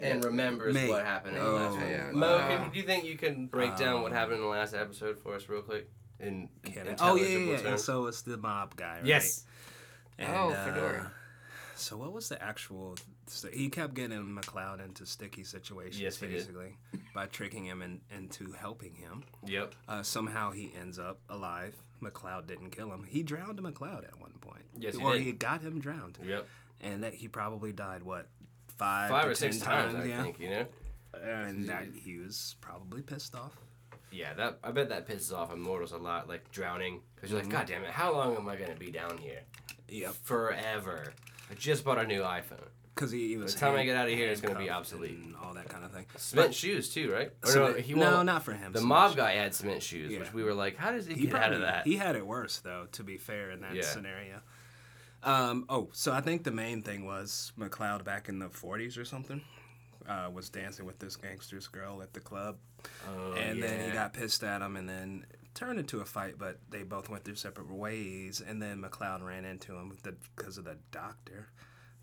and remembers Hmm. Me. what happened in the Oh, Um, last week? yeah. Mo, Wow. can, do you think you can break down what happened in the last episode for us real quick? In, in Oh yeah, yeah, intelligible yeah. And terms? so it's the mob guy, right? yes. And, oh, uh, Fedora. so what was the actual? So he kept getting McLeod into sticky situations, Yes, he did. basically, by tricking him in, into helping him. Yep. Uh, somehow he ends up alive. McLeod didn't kill him. He drowned McLeod at one point. Yes, he or did. he got him drowned. Yep. And that he probably died what five, Five to or six ten times, I yeah. think, you know? And that he was probably pissed off. Yeah, that I bet that pisses off immortals a lot, like drowning. Because you're like, God damn it, how long am I going to be down here? Mm-hmm. Yep. Forever. I just bought a new iPhone. Because he, he was. the time I get out of here, it's gonna be handcuffed obsolete. and all that kind of thing. Cement shoes too, right? Or Cement- no, won't- not for him. The Cement mob shoes. guy had cement shoes, Yeah. which we were like, how does he, He get out of probably- that? He had it worse though. To be fair, in that Yeah. scenario. Um, oh, so I think the main thing was McLeod back in the '40s or something uh, was dancing with this gangster's girl at the club, Oh, and then Oh, yeah. he got pissed at him, and then it turned into a fight. But they both went their separate ways, and then McLeod ran into him because of the doctor,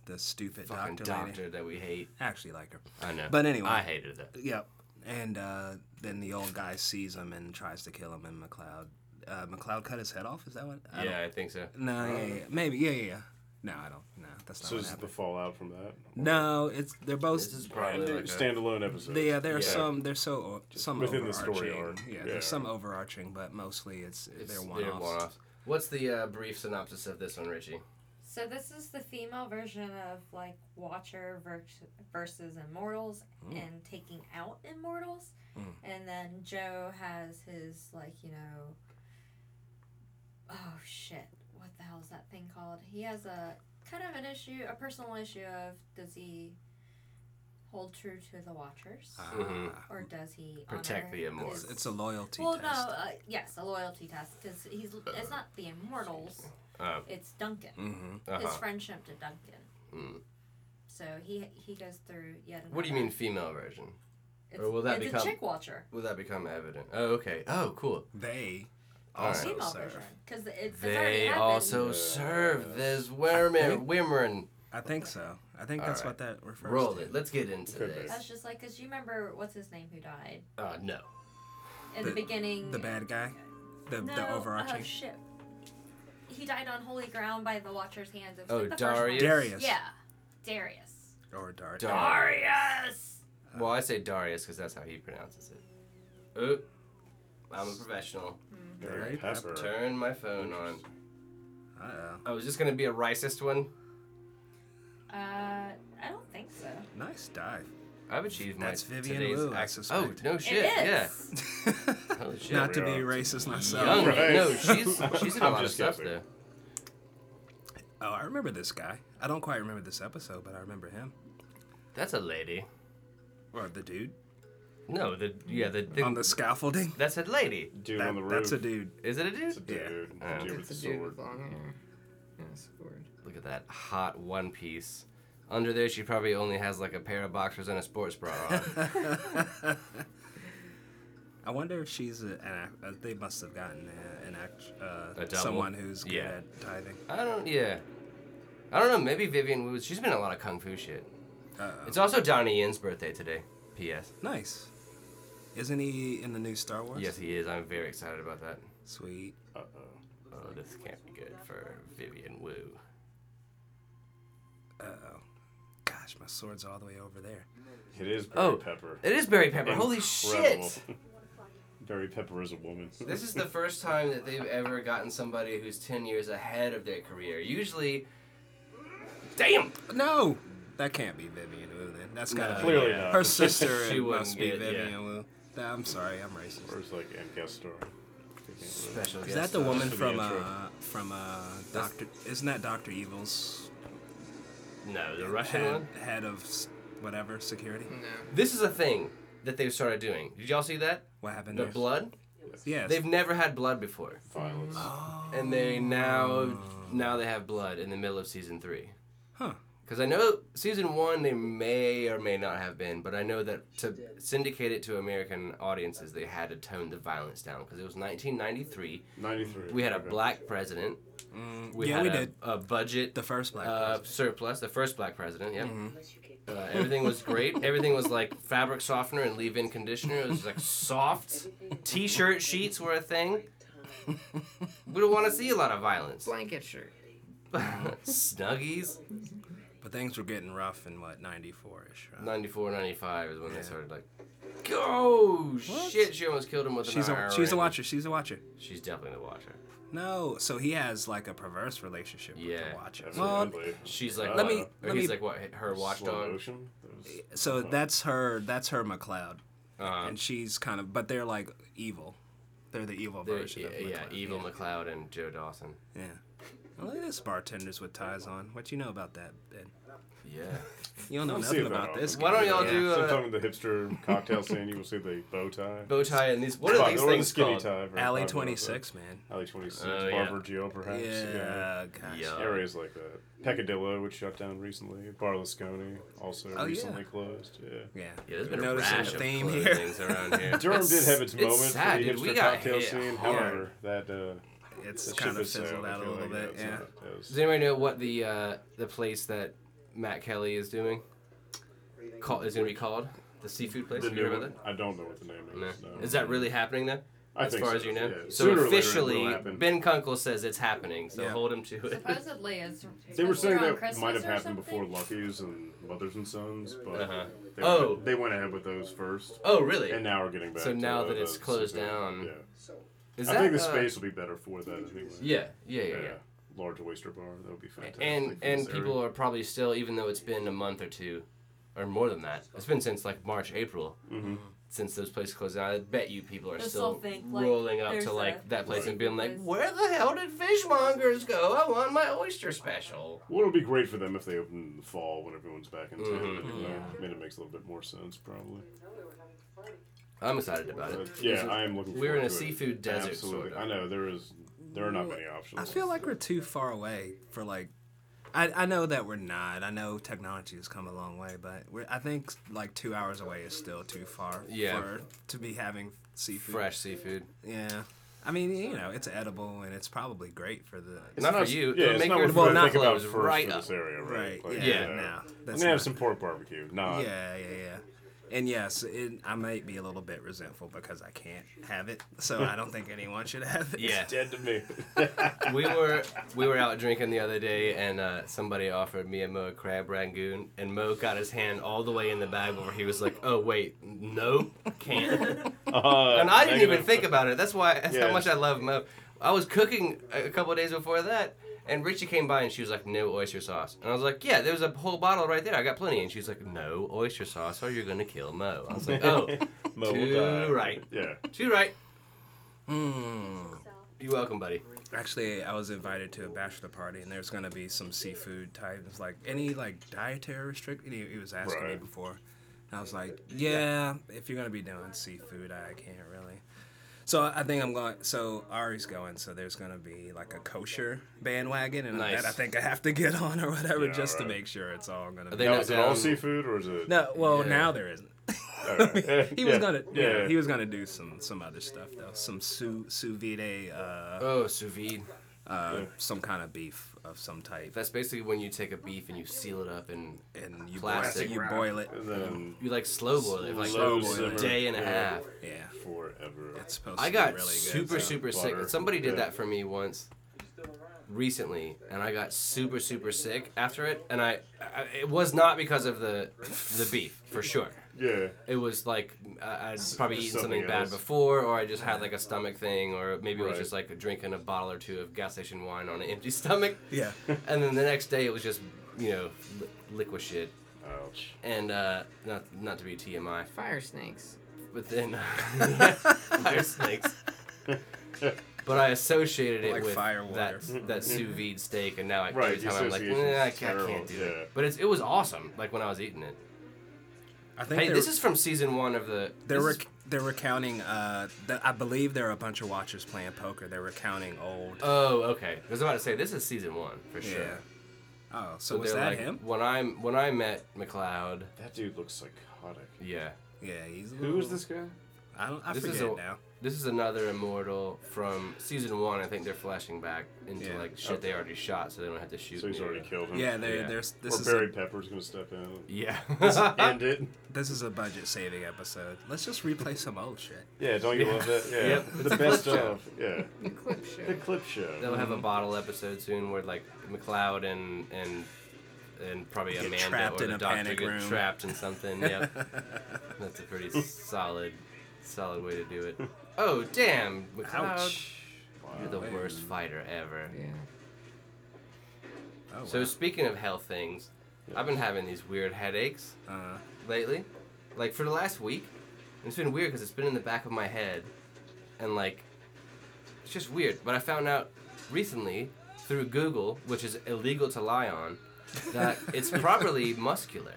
the stupid Fucking doctor, doctor lady. that we hate. I actually like her. I know. But anyway, I hated that. Yep. And uh, then the old guy sees him and tries to kill him, and McLeod. Uh, McLeod cut his head off. Is that what? I yeah, I think so. don't- No. Yeah, yeah. yeah. Maybe. Yeah. Yeah. yeah. No, I don't. No, that's not So what this is the happened. fallout from that. no, it's they're both. This is Brand probably new like a, standalone episode. they, yeah, there are Yeah. some. There's so some within the overarching. story arc. Yeah, Yeah. there's some overarching, but mostly it's, it's they're they're one offs. one-offs. What's the uh, brief synopsis of this one, Richie? So this is the female version of like Watcher ver- versus Immortals Hmm. and taking out Immortals, and then Joe has his like you know. Oh shit! What the hell is that thing called? He has a kind of an issue, a personal issue of does he hold true to the Watchers Ah. Mm-hmm. or does he Protect honor the Immortals. his- Ah, It's, it's a loyalty well, test. no, uh, yes, a loyalty test because he's it's not the Immortals, Oh. it's Duncan Mm-hmm. his Uh-huh. friendship to Duncan. Mm. So he he goes through yet. Another, What do you mean female version? It's, Or will that it's become- a chick watcher? Will that become evident? Oh, okay. Oh, cool. They All right. also Female serve. version because it's, it's already Oh, They happened. also serve as women. Women. I think so. I think All that's right. what that refers Roll to. it. Let's get into Okay. this. That's just like because you remember what's his name who died Uh, no. in the, The- beginning. The bad guy. The No, the overarching. Oh shit! He died on holy ground by the Watcher's hands. It was Oh, like the first one. Darius? Darius. Yeah, Darius. Or Dart. Dar- Darius. Well, I say Darius because that's how he pronounces it. Oop. I'm a professional. Barry Right. Pepper. Turn my phone on. Uh-oh. I was just gonna be a racist one. Uh, I don't think so. Nice dive. I've achieved my That's Vivian today's Wu, I ac- suspect. Oh no shit! it Yeah. is. Holy shit. Not to we be are. racist myself. Young. Right. No, she's she's in a I'm lot of just stuff guessing. though. Oh, I remember this guy. I don't quite remember this episode, but I remember him. That's a lady. Or the dude No, the yeah the thing. on the scaffolding. that's a lady. Dude That- on the roof. that's a dude. Is it a It's a dude? Yeah. dude. Oh. Dude with It's the a dude with sword. long hair and a sword. Look at that hot one piece. Under there, she probably only has like a pair of boxers and a sports bra on. I wonder if she's a, an. act- Uh, they must have gotten a, an act. Uh, double? someone who's good Yeah. at diving. I don't. Yeah. I don't know. Maybe Vivian Wu. She's been in a lot of kung fu shit. Uh, It's also Donnie Yin's birthday today. P.S. nice. Isn't he in the new Star Wars? Yes, he is. I'm very excited about that. Sweet. Uh-oh. Oh, this can't be good for Vivian Wu. Uh oh. Gosh, my sword's all the way over there. It is Barry Oh. Pepper. It is Barry Pepper. Holy Incredible. shit! Barry Pepper is a woman. This is the first time that they've ever gotten somebody who's 10 years ahead of their career. Usually. Damn! No, that can't be Vivian Wu. Then that's gotta Uh, No, be Clearly yeah. not. her sister. She it wouldn't must be get- yeah. Vivian Wu. Nah, I'm sorry, I'm racist. Or it's like and guest star. Special Is that the woman for the from intro. uh from uh Doctor? Isn't that Doctor Evil's No, the Russian head, one? head of s- whatever security? No. This is a thing. that they've started doing. Did y'all see that? What happened? The there? blood. Yes. Oh. They've never had blood before, Violence. and they now now they have blood in the middle of season three. Huh. Because I know season one they may or may not have been, but I know that to syndicate it to American audiences, they had to tone the violence down because it was 1993. 93. We had a okay. black president. We Mm. yeah, had we a, did. a budget. The first black. uh, person. surplus, the first black president. Yeah, uh, everything was great. everything was like fabric softener and leave-in conditioner. It was like soft. T-shirt sheets were a thing. Mm-hmm. We don't want to see a lot of violence. Blanket shirt. Snuggies. but things were getting rough in what 94 ish. Right? 94, 95 is when they Yeah. started like, go shit. She almost killed him with She's an a iron. she's a watcher. She's a watcher. She's definitely the watcher. No, so he has like a perverse relationship with Yeah. the watcher. Well, Absolutely. She's like, Let uh, me- or let he's me- like what? Her Slow watchdog. motion. That was- so that's her. That's her McLeod, Uh, and she's kind of. But they're like evil. They're the evil the- version. yeah, of McLeod. yeah, evil McLeod and Joe Dawson. Yeah. Well, look at this bartenders with ties on. What you know about that, Ed? Yeah. You don't know Don't see nothing it that about this. often. Why don't guy. y'all do So uh, talking to the hipster cocktail scene, you will see the bow tie. bow tie and these? What are Fuck, these or the things skinny called? tie. very popular, Alley but- Twenty Six, man? Alley 26, Oh, yeah. Barber Joe, perhaps. Yeah, gosh. Yeah. Areas like that. Peccadillo, which shut down recently. Barlasconi, also Oh, yeah. recently closed. Yeah. Yeah. Yeah, there's been a Noticing rash a of theme theme here. things around here. Durham did have its it's moment sad, for the dude. We hipster got cocktail hit scene. hard. However, that uh, It's that ship kind of has sailed, fizzled I out a feel little like. bit. That's Yeah. what that is. Does anybody know what the uh, the place that Matt Kelly is doing call, is going to be called? The seafood place. The Have you heard new about one, I don't know what the name that? is. No. no. Is that really happening though? I as think far so, as you know. yeah. So Sooner or later it will officially, happen. Ben Kunkel says it's happening. So Yeah. hold him to it. Supposedly, it's They were it's saying around that Christmas might have or happened something? before Lucky's and Mothers and Sons, but Uh-huh. they, Oh. they went ahead with those first, oh really? and now we're getting back. So to now the- that it's the- closed down, yeah. Is I think the uh, space will be better for that anyway. Yeah, yeah, yeah, yeah. large oyster bar that would be fantastic. and for and this people area. are probably still even though it's been a month or two or more than that it's been since like march april Mhm. since those places closed down i bet you people are They still still think, like, rolling up there's to a like that place and being like place. where the hell did fishmongers go i want my oyster special Well, it'll be great for them if they open in the fall when everyone's back in town. Mhm. anyway. Yeah. I mean, it makes a little bit more sense probably. i'm excited about it But yeah, I am looking. we're forward in a to it. seafood desert, Absolutely, sorta. I know there is. There are not many options. I feel like we're too far away for like. I, I know that we're not. I know technology has come a long way, but we're, I think like two hours away is still too far Yeah. for to be having seafood. fresh seafood Yeah. I mean, you know, it's edible and it's probably great for the. It's Not for you. Yeah, It'll it's make not your what well, we not think about closed, first right for up. this area, right? Right. yeah. yeah. No. I'm gonna That's have not- some pork barbecue. Nah. Yeah, yeah, yeah. And yes, it, I might be a little bit resentful because I can't have it, so I don't think anyone should have it. yeah Dead to me. we were we were out drinking the other day, and uh, somebody offered me and Mo a crab rangoon, and Mo got his hand all the way in the bag where he was like, "Oh wait, no, can't." Uh, And I didn't even negative. think about it. That's why that's how Yeah. much I love Mo. I was cooking a a couple days before that, and Richie came by and she was like, "No oyster sauce," and I was like, "Yeah, there's a whole bottle right there. I got plenty." And she's like, "No oyster sauce, or you're gonna kill Mo." I was like, "Oh, Mo will too die. right, Yeah. too right. Hmm. Mm. You're welcome, buddy." Actually, I was invited to a bachelor party, and there's gonna be some seafood types, like any like dietary restrict. He, he was asking me Right. before, and I was like, "Yeah, if you're gonna be doing seafood, I can't really." So I I think I'm going. So Ari's going. So there's gonna be like a kosher bandwagon, and Nice. that I think I have to get on or whatever, Yeah, just right. to make sure it's all gonna. Are be they Now not is it all down- seafood or is it? No, well Yeah. now there isn't. Alright. he was Yeah. gonna, yeah, Yeah. he was gonna do some some other stuff though, some sous sous vide, uh, Oh, sous vide. uh, some kind of beef of some type, That's basically when you take a beef and you seal it up and and you boil, Plastic you wrap. boil it. And then you like slow boil it Slow for like simmer. a day and a Yeah. half. Yeah, forever. it's supposed I to got be really super good. so- super Butter. sick. Somebody did Yeah. that for me once recently and I got super super sick after it and I, I it was not because of the the beef for sure. Yeah. It was like I I'd probably eaten something, something bad else. before or I just had like a stomach thing or maybe it was Right. just like drinking a bottle or two of gas station wine on an empty stomach Yeah, and then the next day it was just, you know, li- liquid shit. Ouch. And uh, not not to be TMI, Fire snakes. but then fire uh, snakes. But I associated it Like with fire water. that that sous vide steak, and now I, Mm-hmm. Right, every the time I'm like, association's nah, I, can't, I terrible, can't do yeah. it. But it's, it was awesome, like when I was eating it. I think Hey, they're, this is from season one of the. they're this rec- they're recounting. Uh, th- I believe there are a bunch of watchers playing poker. They're recounting old. is- oh, okay. I was about to say this is season one for sure. Yeah. Oh, so, was they're that like, him? When I'm when I met McLeod, That dude looks psychotic. yeah, Yeah, he's. A Who is little- this guy? I don't. I This is forget a- now. this is another immortal from season one. I think they're flashing back into Yeah. like shit they already shot, so they don't have to shoot. So he's new. already killed him. Yeah, they're, Hmm. Yeah. there's Or this is Barry a, Pepper's gonna step in Yeah. and end it. this is a budget saving episode. Let's just replay some old shit. Yeah, don't you love that? Yeah, Yep. the best of. Yeah, The clip show. the clip show. They'll Mm-hmm. have a bottle episode soon where like McLeod and and and probably Get Amanda trapped or in the a doctor panic get room. trapped in something. Yep. That's a pretty solid solid way to do it. Oh damn, McLeod. Ouch. You're the worst fighter ever. Yeah. Oh, So speaking of health things, I've been having these weird headaches wow. uh, lately, like for the last week. And it's been weird because it's been in the back of my head, and like, it's just weird. But I found out recently through Google, which is illegal to lie on, that it's properly muscular.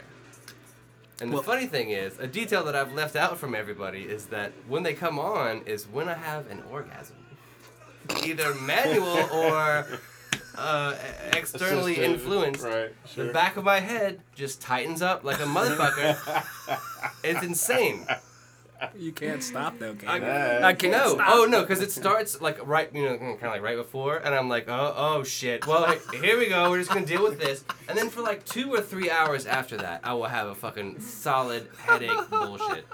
And Well- the funny thing is, a detail that I've left out from everybody is that when they come on is when I have an orgasm, either manual or uh, externally Assisted, influenced. Right. Sure. The back of my head just tightens up like a motherfucker. it's insane. you can't stop though, can I- you? That- I can't no, stop. oh no, because it starts like right, you know, kind of like right before, and I'm like, oh, oh shit. Well, he- here we go. We're just gonna deal with this, and then for like two or three hours after that, I will have a fucking solid headache bullshit.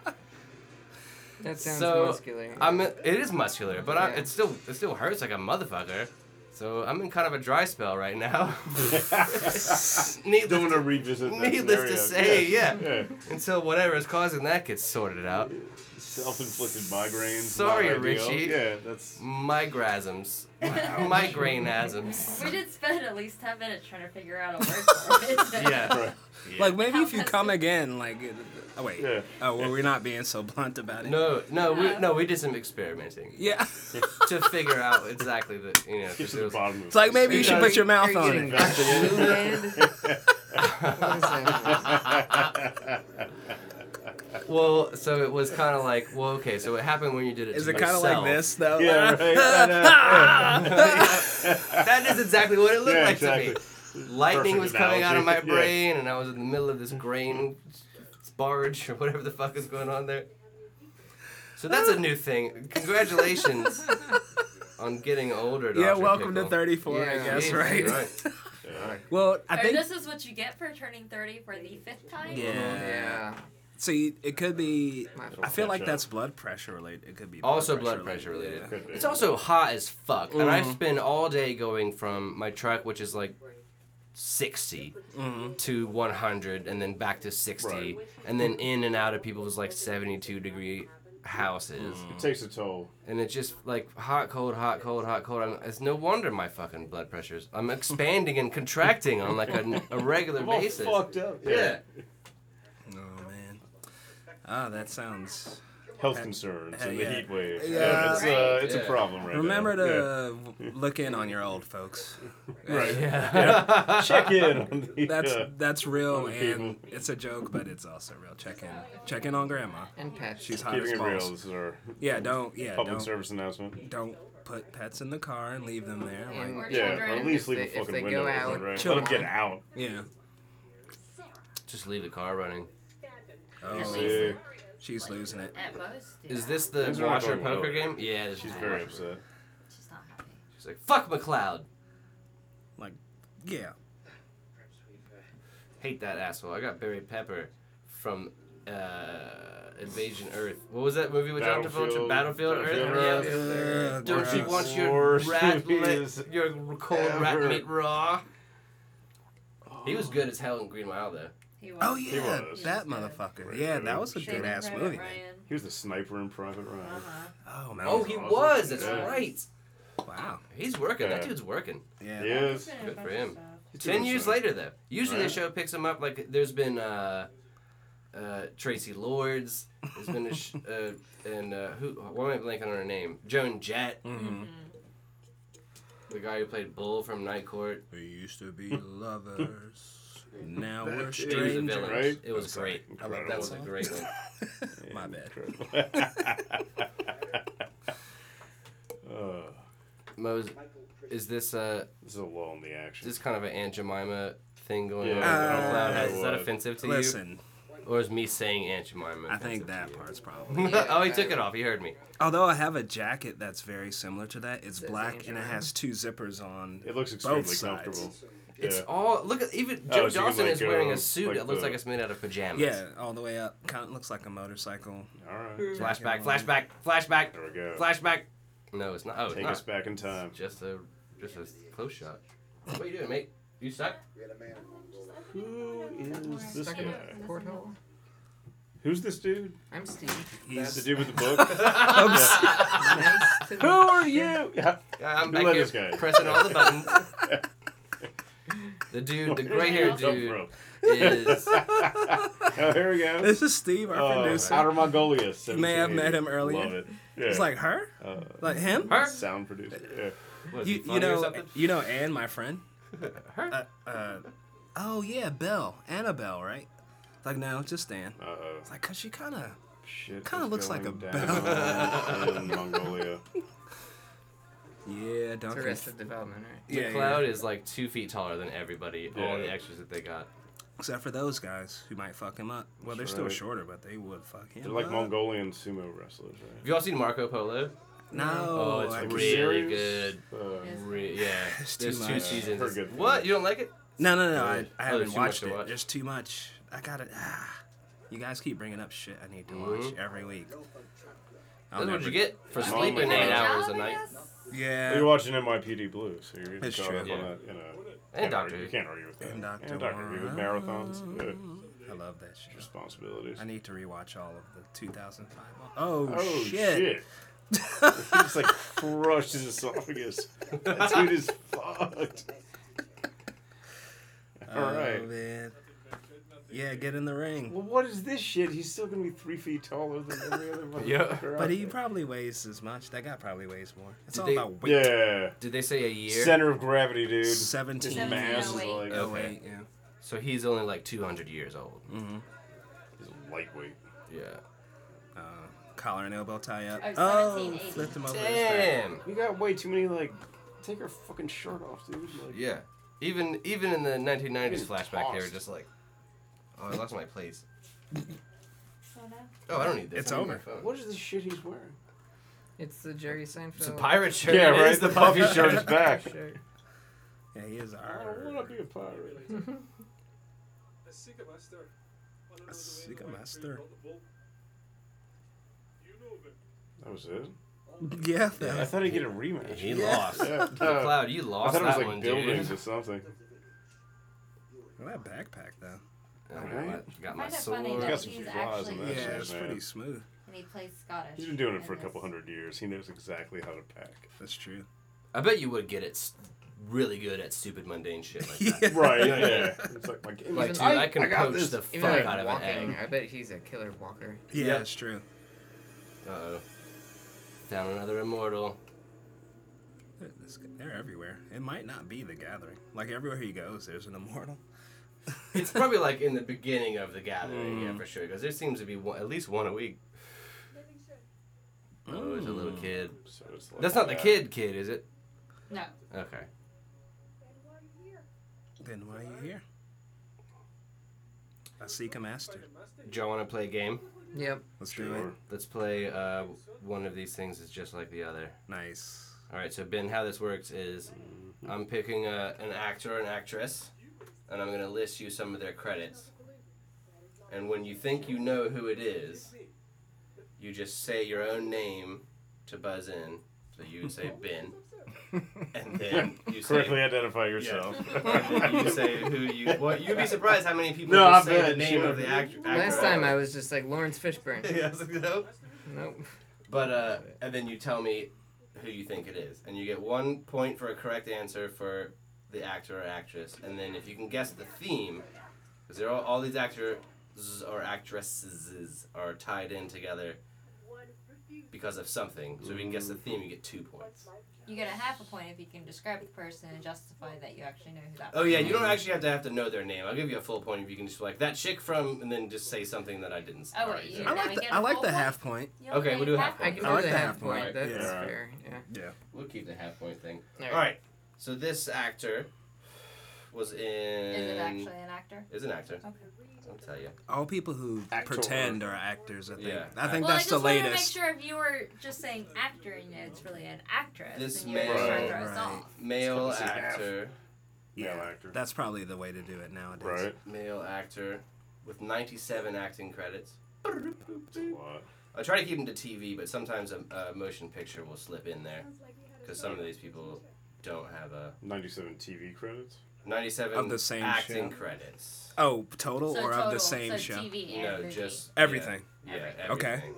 That sounds So, muscular. I'm. It is muscular, but I, Yeah. it still it still hurts like a motherfucker. So I'm in kind of a dry spell right now. Needless Don't to- want to revisit. that Needless to scenario. say, Yeah. yeah. until whatever is causing that gets sorted out. Self-inflicted migraines. Sorry, not ideal. Richie. Yeah, that's. Migrasms. Migraineasms. We did spend at least 10 minutes trying to figure out a word for it. Yeah. Right. Like maybe if you come again, like. Oh wait. Yeah. Oh well, we're not being so blunt about it. No, no, we no, we did some experimenting Yeah. to figure out exactly the you know. if Get to it the was- bottom of It's like maybe you should Are put your mouth are on getting it. fluid? What is that? Well, so it was kind of like, well, okay, so it happened when you did it. Is to it kind of like yourself. this though? Yeah, right. I know, yeah. That is exactly what it looked Yeah, like to exactly. me. Lightning Perfect was coming out of my analogy. Yeah. brain, and I was in the middle of this grain barge or whatever the fuck is going on there. So that's a new thing. Congratulations on getting older. Yeah, Dr. welcome to Pickle. 34, I Yeah. guess, Yeah, right? right. Yeah. Well, I Or think this is what you get for turning 30 for the fifth time? Yeah. Yeah. see it could be My I feel like Ketchup. that's blood pressure related. It could be Also blood pressure related. Could be. It's also hot as fuck, and I Mm. spend all day going from my truck, which is like sixty, to one hundred, and then back to sixty, Mm-hmm. Right. and then in and out of people's like seventy-two degree houses, It takes a toll. and it's just like hot, cold, hot, cold, hot, cold. I'm, it's no wonder my fucking blood pressures. I'm expanding and contracting on like a, a regular basis. up. Yeah. Oh man. Ah, that sounds. Health concerns and the yeah. heat wave. Yeah. it's, uh, it's Yeah. a problem right Remember now. to look in on your old folks. Yeah. Right. Yeah. Check in on the. That's uh, that's real, Other and people. it's a joke, but it's also real. Check in, check in on grandma. And pets. She's hot keeping as it real. balls. This is our Yeah, don't. Yeah, public don't. service announcement. Don't put pets in the car and leave them there. And Or we're Yeah, or children. at least If leave they- a if fucking they go window out, open, right? Let children. them get out. Yeah. Just leave the car running. At Oh, least Yeah. she's losing it. At most. yeah. Is this the Things are not washer going well. poker game? Yeah, this is She's the very washer upset. She's not happy. She's like, fuck McLeod. Like, yeah. Hate that asshole. I got Barry Pepper from uh, Invasion Earth. What was that movie with John Travolta? Battlefield- Battlefield Earth? Battlefield Yeah. Uh, Don't you Worst want your rat movies lit, your cold rat ever. meat raw? He was good as hell in Green Mile though. He Oh was. yeah, was. that motherfucker. Right, yeah, right. that was a Saving good ass Private movie. man. Ryan. He was the sniper in Private Ryan. Uh-huh. Oh man. Oh, he awesome. was. That's Yeah. right. wow. He's working. That Yeah. dude's working. Yeah. Yeah. Yes. He's been in a Good for bunch of him. stuff. He's doing Ten years something. later, though, usually Right. the show picks him up. Like there's been uh, uh, Tracy Lords. There's been a sh- uh, and uh, who? Why am I blanking on her name? Joan Jett, Mm-hmm. the guy who played Bull from Night Court. We used to be lovers. Now That we're is He was a strangers. villain. Right? It was I'm sorry. great. I love That that was a song. great one. My bad. uh, Mose, is this uh this is a lull in the is action. this kind of an Aunt Jemima thing going on? Yeah, with Uh, Cloud Head? is that what? offensive to Listen, you, or is me saying Aunt Jemima? I think offensive to that you? part's probably. oh, he took it off. He heard me. Although I have a jacket that's very similar to that. It's Says black and it Andrew. has two zippers on. It looks both extremely sides. comfortable. It's Yeah. all look. at Even Joe Oh, so you can, Dawson like, is wearing go, a suit like, that looks the- like it's made out of pajamas. Yeah, all the way up. Kind of looks like a motorcycle. All right. Flashback. Flashback. Flashback. There we go. Flashback. No, it's not. Oh, it's Take not. us uh, back in time. Just a just a close shot. What are you doing, mate? You suck. We had a man on roll. Who is this Talking guy? about porthole. Who's this dude? I'm Steve. The He's dude with the book? nice to Who are you? Yeah. I'm Who back let here this guy? pressing all the buttons. The dude, the Where gray did haired that come dude, from? is Oh, here we go. this is Steve, our Uh, producer. Outer Mongolia. You may have met 1780. him earlier. Love it. Yeah. It's like her, Uh, like him. her. sound producer. Was he You, funny you or know, something? you know, Anne, my friend. Her. Uh, uh, oh yeah, Belle, Annabelle, right? Like no, just Anne. Yeah. Uh oh. It's like cause she kind of Shit. Kinda is looks like going a down in Mongolia. yeah, don't. It's Conf- Arrested Development, right? yeah, yeah. Cloud is like two feet taller than everybody. All the Yeah. extras that they got. Except for those guys who might fuck him up. Well, they're That's still right. shorter, but they would fuck him. They're like up. Mongolian sumo wrestlers, Have right? you all seen Marco Polo? No, Oh, it's I- Like a really series? good. Uh, Re- yeah, It's too there's two much. seasons. Heard good what? things. You don't like it? No, no, no. I, I Oh, haven't there's too much watched to it. watch. There's too much. I gotta. Ah. You guys keep bringing up shit I need to watch every week. I'll Mm-hmm. That's what never- you get for Oh sleeping my eight God. hours a night. Yeah. You're watching NYPD Blue, so you're It's caught true. up on Yeah. that. You know, And can't Doctor argue- Who. You can't argue with that. And Doctor Who with marathons. Yeah. I love that shit. Responsibilities. I need to rewatch all of the 2005. one. Oh, Oh shit. shit! he just like crushed his esophagus. That dude is fucked. All Oh, right. man. Yeah, get in the ring. Well, what is this shit? He's still gonna be three feet taller than every other motherfucker. Yeah. out But he there. probably weighs as much. That guy probably weighs more. It's Did all they- about weight. Yeah. Did they say a year? Center of gravity, dude. His 17. mass is like 1708. Oh, Okay. wait, yeah. So he's only like 200 years old. he's lightweight. Yeah. Uh, collar and elbow tie up. Oh, Oh, 1780. flipped him over his back. Damn. You got way too many like. Take her fucking shirt off, dude. Like, Yeah. Even even in the 1990s Getting flashback, they were tossed. just like, "Oh, I lost my place. Oh, no. Oh, I don't need this. It's I need my over. phone." What is this shit he's wearing? It's the Jerry Seinfeld. It's a pirate shirt. Yeah, It right. is The puffy shirt is back. shirt. Yeah, he Oh, is. I don't Arr. want to be a pirate. A Sega Master. That was it. Yeah, that- I thought he'd get a rematch. He Yeah. lost. Yeah. Uh, Cloud, you I lost thought it was that like one, buildings dude. or something. Well, that backpack though. Oh, I got my, got my Find it funny sword. Got that some he's flaws in actually that British shit, Yeah, it's man. pretty smooth. and he plays Scottish. He's been doing it in for a couple this. hundred years. He knows exactly how to pack. That's true. I bet you would get it s- really good at stupid mundane shit like that. Right. Yeah. It's like my game. Like, Even dude, I- I, can I got poach this. the Even fuck like out of an walking, egg. I bet he's a killer walker. Yeah, Yeah. it's true. Uh oh. Down another immortal. Look at this guy. They're everywhere. It might not be the gathering. Like everywhere he goes, there's an immortal. It's probably like in the beginning of the gathering, yeah, for sure, because there seems to be one, at least one a week. Oh, it's a Hmm. little kid. So it's like That's not the that. kid, kid, is it? No. Okay. Then why are you here? I seek a master. Do y'all want to play a game? Yep. Let's do it. Sure. Let's play uh, one of these things is just like the other. Nice. All right, so Ben, how this works is I'm picking a, an actor or an actress, and I'm going to list you some of their credits. And when you think you know who it is, you just say your own name to buzz in. So you would say Ben, and then you say Correctly identify yourself. you say who you. Well, you'd be surprised how many people No, just I say the bet, name sure. of the actor. Last time I was just like Lawrence Fishburne. yeah, I was like, nope. nope. But uh, and then you tell me who you think it is, and you get one point for a correct answer for the actor or actress, and then if you can guess the theme, because they're all, all these actors or actresses are tied in together. because of something. So if you can guess the theme, you get two points. You get a half a point if you can describe the person and justify that you actually know who that. Oh yeah, person you don't is. actually have to have to know their name. I'll give you a full point if you can just be like that chick from, and then just say something that I didn't. Oh, already wait, know. yeah. I Now we like get the a I like full the point? half point. You Okay, only we'll do get half a I point. give I you like the the half half point. point. That's Yeah. fair. Yeah. Yeah. We'll keep the half point thing. All All right. So this actor was in. Is it actually an actor? Is an actor. Okay. I'll tell you. All people who Actor. pretend are actors. I think. Yeah. I think Well, I that's just the wanted latest. to make sure if you were just saying actor, you know, it's really an actress, This and you were just man- trying to throw Right, us off. Male Let's see, half. actor. Male Yeah, actor. That's probably the way to do it nowadays. Right? Male actor with 97 acting credits. That's a lot. I try to keep him to TV, but sometimes a, a motion picture will slip in there because some of these people don't have a 97 TV credits. 97 Of the same acting show. credits. Oh, total So or total, of the same so show? TV and No, movie. just yeah, Everything. Yeah, Okay. everything.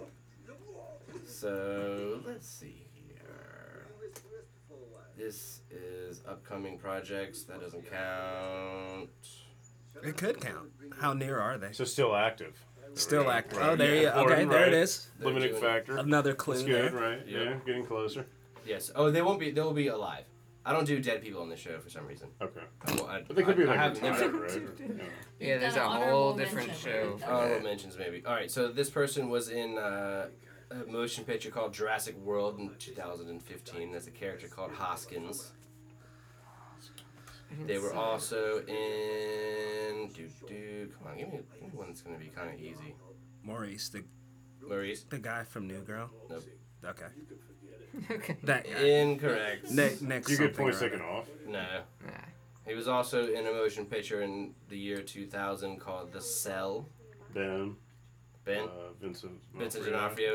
So let's see here. This is upcoming projects. That doesn't count. It could count. How near are they? So still active. Still Right. active. Right. Oh, there you. Yeah. Okay, Important, there it right. is. They're Limiting doing- factor. Another clue That's good, there. right? Yeah. Yeah. getting closer. Yes. Oh, they won't be. They will be alive. I don't do dead people on the show for some reason. Okay. I, won't- I, But they could I- be I like have retired, never. right? Yeah. Yeah, there's You've a got an whole honorable different mention. show. You've Honorable mentions, maybe. All right. So this person was in uh, a motion picture called Jurassic World in 2015. That's a character called Hoskins. They were also in. Dude, dude, come on, give me, give me one that's gonna be kind of easy. Maurice, the Maurice. the guy from New Girl. Nope. Okay. okay. That guy. Incorrect. Ne- next. You get something points or other. taken off. No. Nah. He was also in a motion picture in the year 2000 called The Cell. Then Ben. uh, Vincent. Vincent D'Onofrio.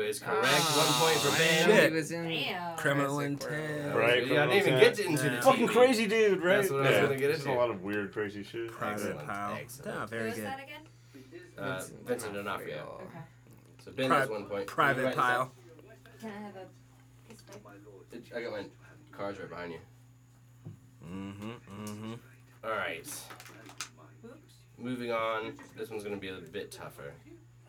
D'Onofrio is correct. One point for I Ben. knew Shit. He was in Damn. Criminal Jurassic Uh, World. intent. Right. yeah, I didn't even Criminal get into the Intent. Fucking TV. crazy dude, right? That's what I was gonna get There's a into. lot of weird, crazy shit. Private Excellent, pile. excellent. Ah, Who very is good. that again? Uh, Vincent D'Onofrio. Okay. So Ben Pri- has one point. Private You right, pile. Can I have a piece of paper? Zach? I got my cards right behind you. Mm-hmm. Mm-hmm. All right. Moving on. This one's gonna be a bit tougher.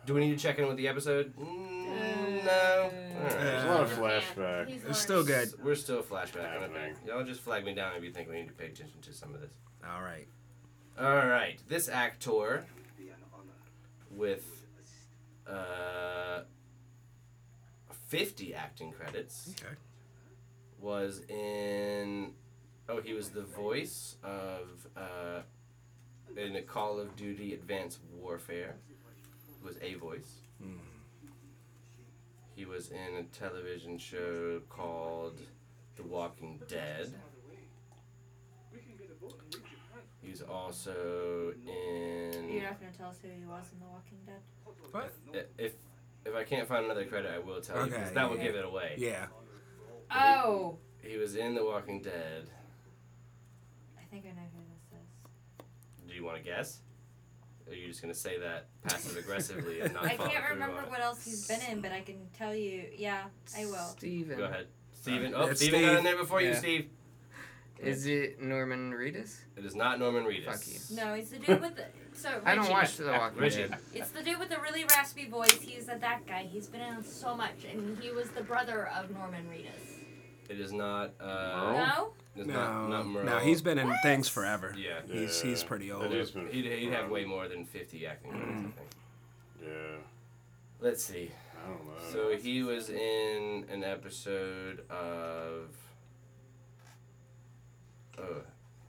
Do we need to check in with the episode? Mm, no. All There's right. a lot of Yeah, flashback. he's It's learned. still good. We're still flashbacking. Okay. Happening. Y'all just flag me down if you think we need to pay attention to some of this. All right. All right. This actor with uh, 50 acting credits Okay. was in. Oh, he was the voice of. Uh, in a Call of Duty Advanced Warfare. Was a voice. He was in a television show called The Walking Dead. He's also in. You're not gonna tell us who he was in The Walking Dead. What? If if I can't find another credit, I will tell you because Okay, that will yeah. give it away. Yeah. Oh, He was in The Walking Dead. I think I know who this is. Do you want to guess? Or are you just gonna say that passive aggressively and not I follow can't through remember on it? what else he's been in, but I can tell you. Yeah, I will. Steven. Go ahead, Steven. Oh, Uh, It's Steven got in Steve. there before you, Yeah. Steve. Is it Norman Reedus? It is not Norman Reedus. Fuck you. No, it's the dude with the. So Richie. I don't watch The Walking Richie. Dead. It's the dude with the really raspy voice. He's a, that guy. He's been in so much, and he was the brother of Norman Reedus. It is not. Uh, Oh. Merle? No, It's No. not, not Merle. no, he's been in What? things forever. Yeah. He's Yeah. he's pretty old. That is been- He'd, he'd have way more than 50 acting credits, Mm. I think. Yeah. Let's see. I don't know. So he was in an episode of. Oh,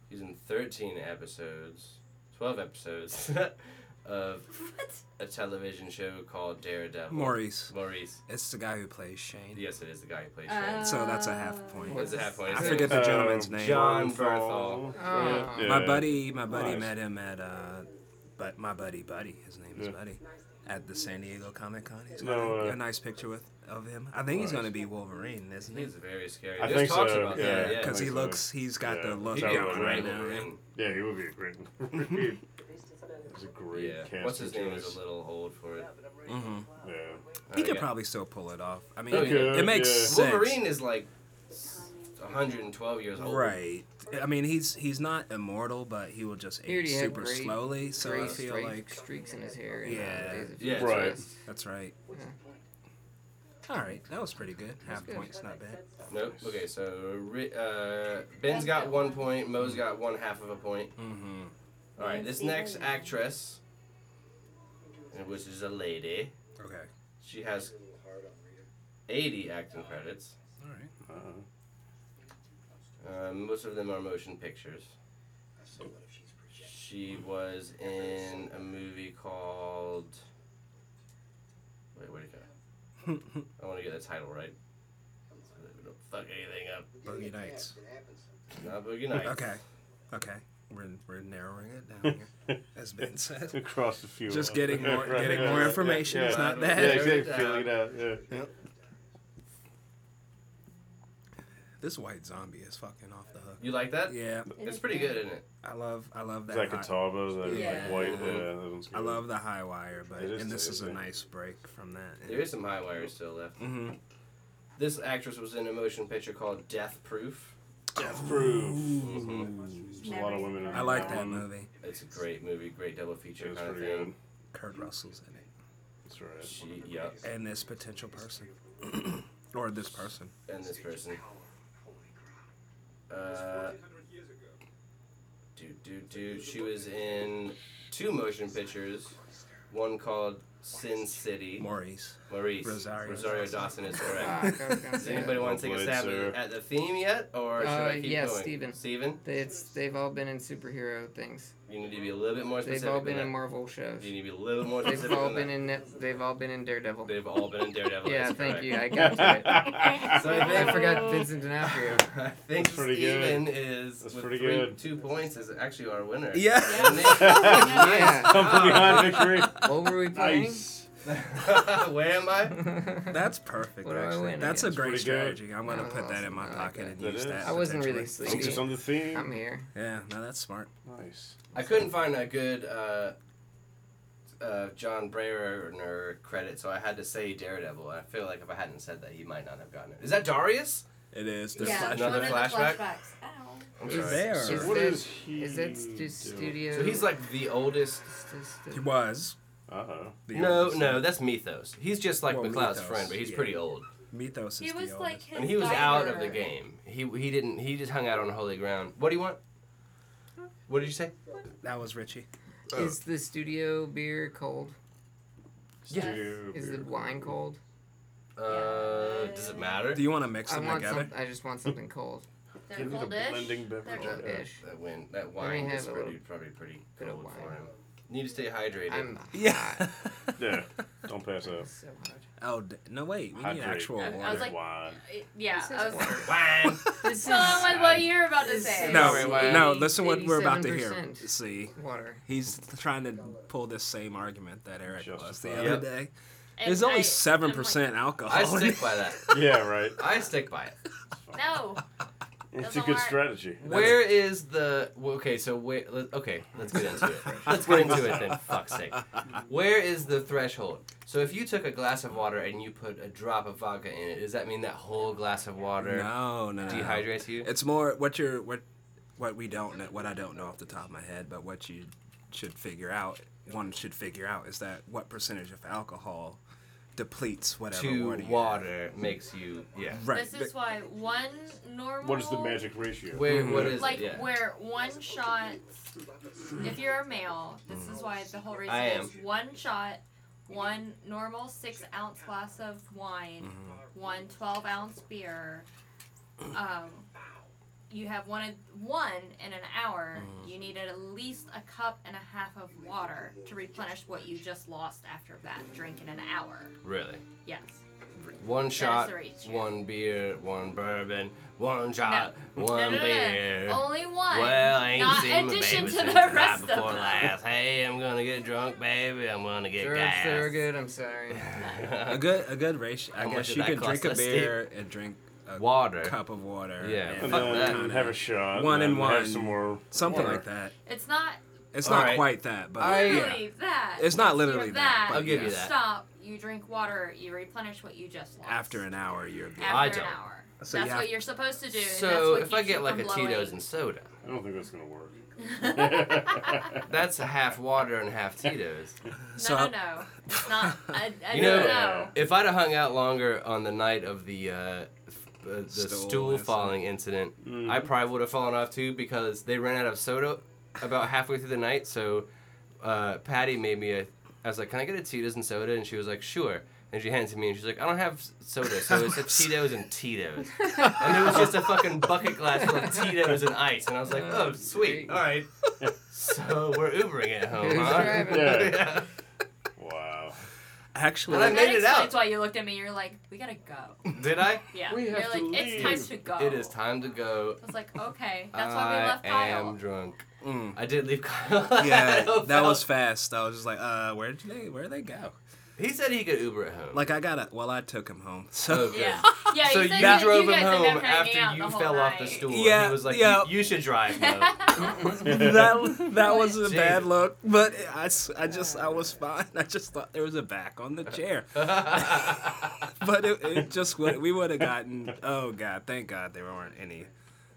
he's in 13 episodes, 12 episodes of what? a television show called Daredevil. Maurice. Maurice. It's the guy who plays Shane. Yes, it is the guy who Uh, plays Shane. So that's a half point. What's the half point? I His forget name- the gentleman's name. John Berthel. Oh. Um, Yeah. My buddy, my buddy Nice. met him at, uh, but my buddy, buddy, his name is Yeah. Buddy, at the San Diego Comic Con. He's got No, a, uh, a nice picture with of him. I think he's nice. going to be Wolverine, isn't he? He's very scary. I There's think talks so, about yeah. that. Yeah, Yeah. because he Makes sense. looks, he's got Yeah. the look He'd Yeah, be yeah, a going great yeah. right now. right? Wolverine. Yeah, he would be a great. Wolverine. He's a great Yeah. cast. What's his name is choice. a little old for it. Mhm. Yeah. Uh, He could yeah. probably still pull it off. I mean, Oh, yeah. it makes Yeah. sense. Wolverine is like 112 years old. Right. I mean, he's he's not immortal, but he will just He age already had super gray- slowly. So Gray I feel streak- like streaks in his hair. Yeah. And Days of Yeah. Future Right. Past. that's right. All right, that was pretty good. Half good. points, not bad. Nope. Okay, so Ri- uh, Ben's got one point. Mo's got one half of a point. Mm-hmm. All right, this next actress, uh, which is a lady, Okay. she has 80 acting credits. All right. Uh, Uh, most of them are motion pictures. She was in a movie called. Wait, where'd it go? I want to get the title right. So that we don't fuck anything up. Uh, Boogie Nights. Not Boogie Nights. Okay. Okay. We're, we're narrowing it down here, as Ben said. across a few. Just of getting them. more- getting more information, Yeah, it's yeah. not bad. Yeah, exactly. Feeling it out. Yeah. This white zombie is fucking off the hook. You like that? Yeah, It's pretty good, isn't it? I love I love that. It's like high- a Taubos, like, Yeah. like white. Yeah, that one's I good. love the high wire, but It is and this is a tasty. nice break from that. There is some high wires still left. Mm-hmm. This actress was in a motion picture called Death Proof. Death Proof. Mm-hmm. Um, Mhm. There's a lot of women. in I like that one. movie. It's a great movie, great double It feature was kind of pretty thing. good. Kurt Russell's in it, That's right. She, yep, and this potential person, or this person. and this person. Uh, do do do. She was in two motion pictures. One called Sin City. Maurice. Maurice Rosario Dawson is Ah, I correct. was gonna Does say anybody that. want to take a Well stab played, at- at the theme yet, or should Uh, I keep yes, going? Steven. Steven, They- It's they've all been in superhero things. you need to be a little bit more specific. They've all than been in that. Marvel shows. You need to be a little more specific. They've all than been that. in Net- they've all been in Daredevil. They've all been in Daredevil. Yeah, that's thank correct. you. I got to it. So I I think- forgot Vincent D'Onofrio. I think That's pretty good. Steven is That's with pretty three- good. two points is actually our winner. Yeah. Isn't it? Yeah. Come from behind victory. What were we playing? Nice. Where am I? That's perfect. What do I Actually, win that's a against? great Pretty good. strategy. I'm gonna That was put that in awesome. my I like pocket that. and That use is. that. I wasn't really potentially. sleepy. Focus on the theme. I'm here. Yeah, no, that's smart. Nice. I couldn't find a good uh, uh, John Brayner credit, so I had to say Daredevil. I feel like if I hadn't said that, he might not have gotten it. Is that Darius? It is. The Yeah, flash- Another another flashback? flashback. Flashbacks. Ow. I'm Is- sorry. there. Is What that, is he is that stu- doing? studio? So he's like the oldest. He was. Uh oh. the no, oldest. no, that's Mythos. He's just like Well, McCloud's Mythos, friend, but he's yeah. pretty old, Mythos is He the was like oldest. his and he was out diver. of the game. He he didn't. He just hung out on holy ground. What do you want? What did you say? That was Richie. Is the studio beer cold? Studio Is the beer. wine cold? Uh, does it matter? Do you want to mix I them want together? some. I just want something cold. They're Give me the blending coldish. beverage. They're Or cold. Yeah. ish. That wind, that Let me wine have is a pretty, little probably pretty bit of cold wine. for him. Need to stay hydrated. I'm Yeah. Yeah. Don't pass up. so hot. oh d- no! Wait, we need Hydrate. actual I water. was like- Wine. Yeah, I was Wine. Oh This going with what you were about to say. no, Sorry, why- no. Listen, what we're about to hear. 87%. See, water. he's trying to pull this same argument that Eric Justified. was the Yep. other day. And There's I- only I'm seven percent alcohol. I stick by that. Yeah, right. I stick by it. like, No. It's a Doesn't good work. strategy. Where is the well, okay? So wait, let, okay, let's get into it. Let's get into it then. Fuck's sake. Where is the threshold? So if you took a glass of water and you put a drop of vodka in it, does that mean that whole glass of water no, no, no. dehydrates you? It's more what you're what what we don't know, what I don't know off the top of my head, but what you should figure out, one should figure out, is that what percentage of alcohol depletes whatever To water. you- water makes you yeah. Right. This is why one normal. What is the magic ratio? Mm-hmm. Where what is Like it? Yeah. where one shot. If you're a male, this is why the whole reason I is one shot, one normal six ounce glass of wine, Mm-hmm. one 12 ounce beer. Um, you have one of- one in an hour. Mm-hmm. You need at least a cup and a half of water to replenish what you just lost after that drink in an hour. Really. Yes. One shot, the ratio. one beer, one bourbon, one shot, No, one no, no, no. beer. Only one. Well, I ain't not seen my addition baby to since the the night rest of before them. last. Hey, I'm gonna get drunk, baby. I'm gonna get Drugs gassed. that are good. I'm sorry. A good a good ratio. I How much guess did you that can cost drink a us, Steve? beer and drink a Water. cup of water. Yeah, and And Fuck then that. have a shot. One and and then one. Have some more. something water. like that. It's not It's All not right. quite that, but I- yeah. literally that. It's not You literally have that, but I'll give you you that. Stop. You drink water. You replenish what you just lost. after an hour, you're good. After I an don't. hour. So that's you have- what you're supposed to do. and that's so what if I keeps you get like a from blowing. Tito's and soda, I don't think that's gonna work. that's a half water and half Tito's. So no, I- no, no. It's not. I, I You don't know- know. If I'd have hung out longer on the night of the uh, f- uh, the Stool stool, incident. falling incident, I probably would have fallen off too because they ran out of soda about halfway through the night. So uh, Patty made me a. I was like, "Can I get a Tito's and soda?" And she was like, "Sure." And she hands it to me, and she's like, "I don't have s- soda, so it's a Tito's and Tito's." And it was just a fucking bucket glass full of Tito's and ice, and I was like, "Oh, sweet, all right." So we're Ubering it home, Who's huh? driving? Yeah. Wow. actually, Well, I made that it out. explains why you looked at me. You're like, we gotta go. Did I? Yeah. We have You're like, to it's time leave. to go. It is time to go. I was like, okay, that's why we left I Kyle. am drunk. Mm. I did leave Kyle. yeah, I that felt- was fast. I was just like, uh, where did they where they go? He said he could Uber at home. Like I got a well, I took him home. So Okay. Yeah. Yeah. so you, you, said that drove you him guys ended up home hanging after out you the fell whole off the night. stool. Yeah, and he was like, yeah. "You you should drive." Mo." that that was a bad Jesus. look, but I, s- I just I was fine. I just thought there was a back on the chair, but it, it just would we would have gotten. Oh God, thank God there weren't any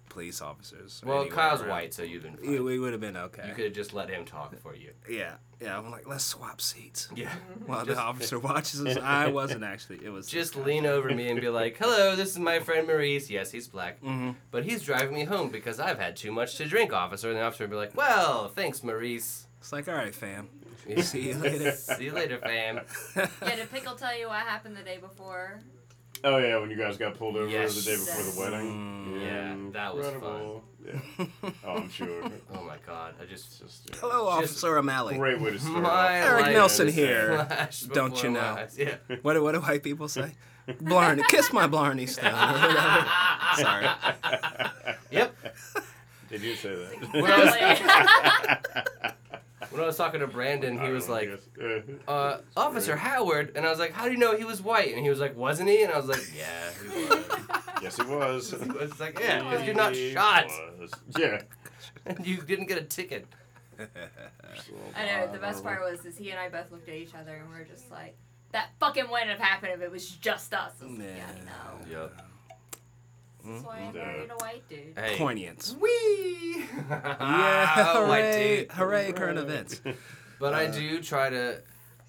police officers. well, anywhere Kyle's around. white, so you've been. Fine. Yeah, we would have been You okay. could have just let him talk for you. yeah, yeah. I'm like, let's swap seats Yeah. while the Just- officer watches us. I wasn't actually. It was Just lean over me and be like, "Hello, this is my friend Maurice. Yes, he's black, Mhm. but he's driving me home because I've had too much to drink, officer." And the officer would be like, "Well, thanks, Maurice. It's like, all right, fam. Yeah. See you later. See you later, fam." Yeah. Did Pickle tell you what happened the day before? Oh yeah, when you guys got pulled over Yes. the day before the wedding. Mm. Yeah, that was Incredible. Yeah. Oh, I'm sure. Oh my god, I just. It's just a Hello, Just- Officer O'Malley. great way to start. My off. Eric life Nelson is here. flashed Don't before you my know? eyes. Yeah. What do, what do white people say? Blarney, kiss my Blarney Stone. or whatever. Sorry. Yep. Did you say that? When I, was, Exactly. when I was talking to Brandon, he was like, Yes. uh, Officer Howard. And I was like, How do you know he was white? And he was like, Wasn't he? And I was like, Yeah. He was. yes, it was. It's like, Yeah, because It you're not shot. was. Yeah. And you didn't get a ticket. I know. The best part was is he and I both looked at each other and we were just like, that fucking wouldn't have happened if it was just us. I was like, yeah, I know. Yep. Mm-hmm. That's why I married a white dude. Hey. Poignant. Wee! Yeah, yeah, white hooray, dude. hooray, current events. But Uh, I do try to,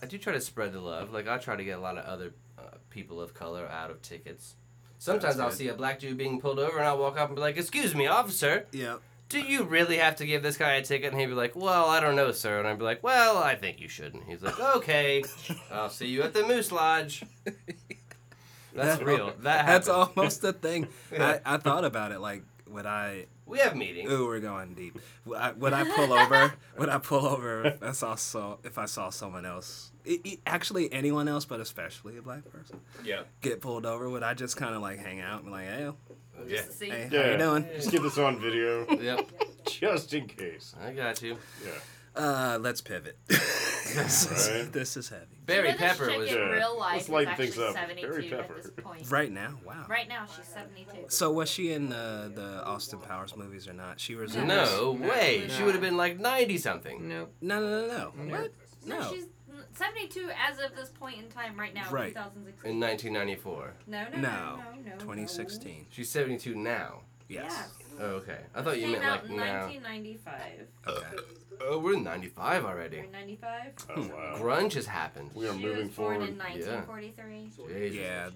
I do try to spread the love. Like I try to get a lot of other uh, people of color out of tickets. Sometimes That's I'll good. see a black dude being pulled over, and I'll walk up and be like, "Excuse me, officer, Yep. do you really have to give this guy a ticket?" And he'd be like, "Well, I don't know, sir." And I'd be like, "Well, I think you should." And he's like, "Okay, I'll see you at the Moose Lodge." That's That- real. That happens. That's almost the thing. Yeah. I, I thought about it. Like, would I? We have meetings. Ooh, we're going deep. Would I, would I pull over? Would I pull over? If I saw so, if I saw someone else, i i actually anyone else, but especially a black person, Yeah. get pulled over, would I just kind of like hang out and be like, hey, Yeah. Just to see. hey, how Yeah. you doing? Just get this on video, Yep. just in case. I got you. Yeah. Uh, let's pivot. this, is, Right. this is heavy. Barry you know this Pepper chick was. in Yeah. real life uh, Let's is lighten actually things up. Barry 72 at Pepper. this point. Right now, wow. Right now, she's 72. So was she in the the Austin Powers movies or not? She was in this- No way. She No. would have been like ninety something. Nope. No, no, no, no. No. What? No, No. she's n- 72 as of this point in time, right now, Right. 2016. In 1994, No, no, no, No. no, no, no. 2016. she's 72 now. Yes. Oh, okay. I thought you Came meant out like in now. 1995 Okay. Oh, we're in 95 or already. 95. Oh Hmm, wow. Grunge has happened. We are she moving was born forward. in 1943, Jesus. Yeah.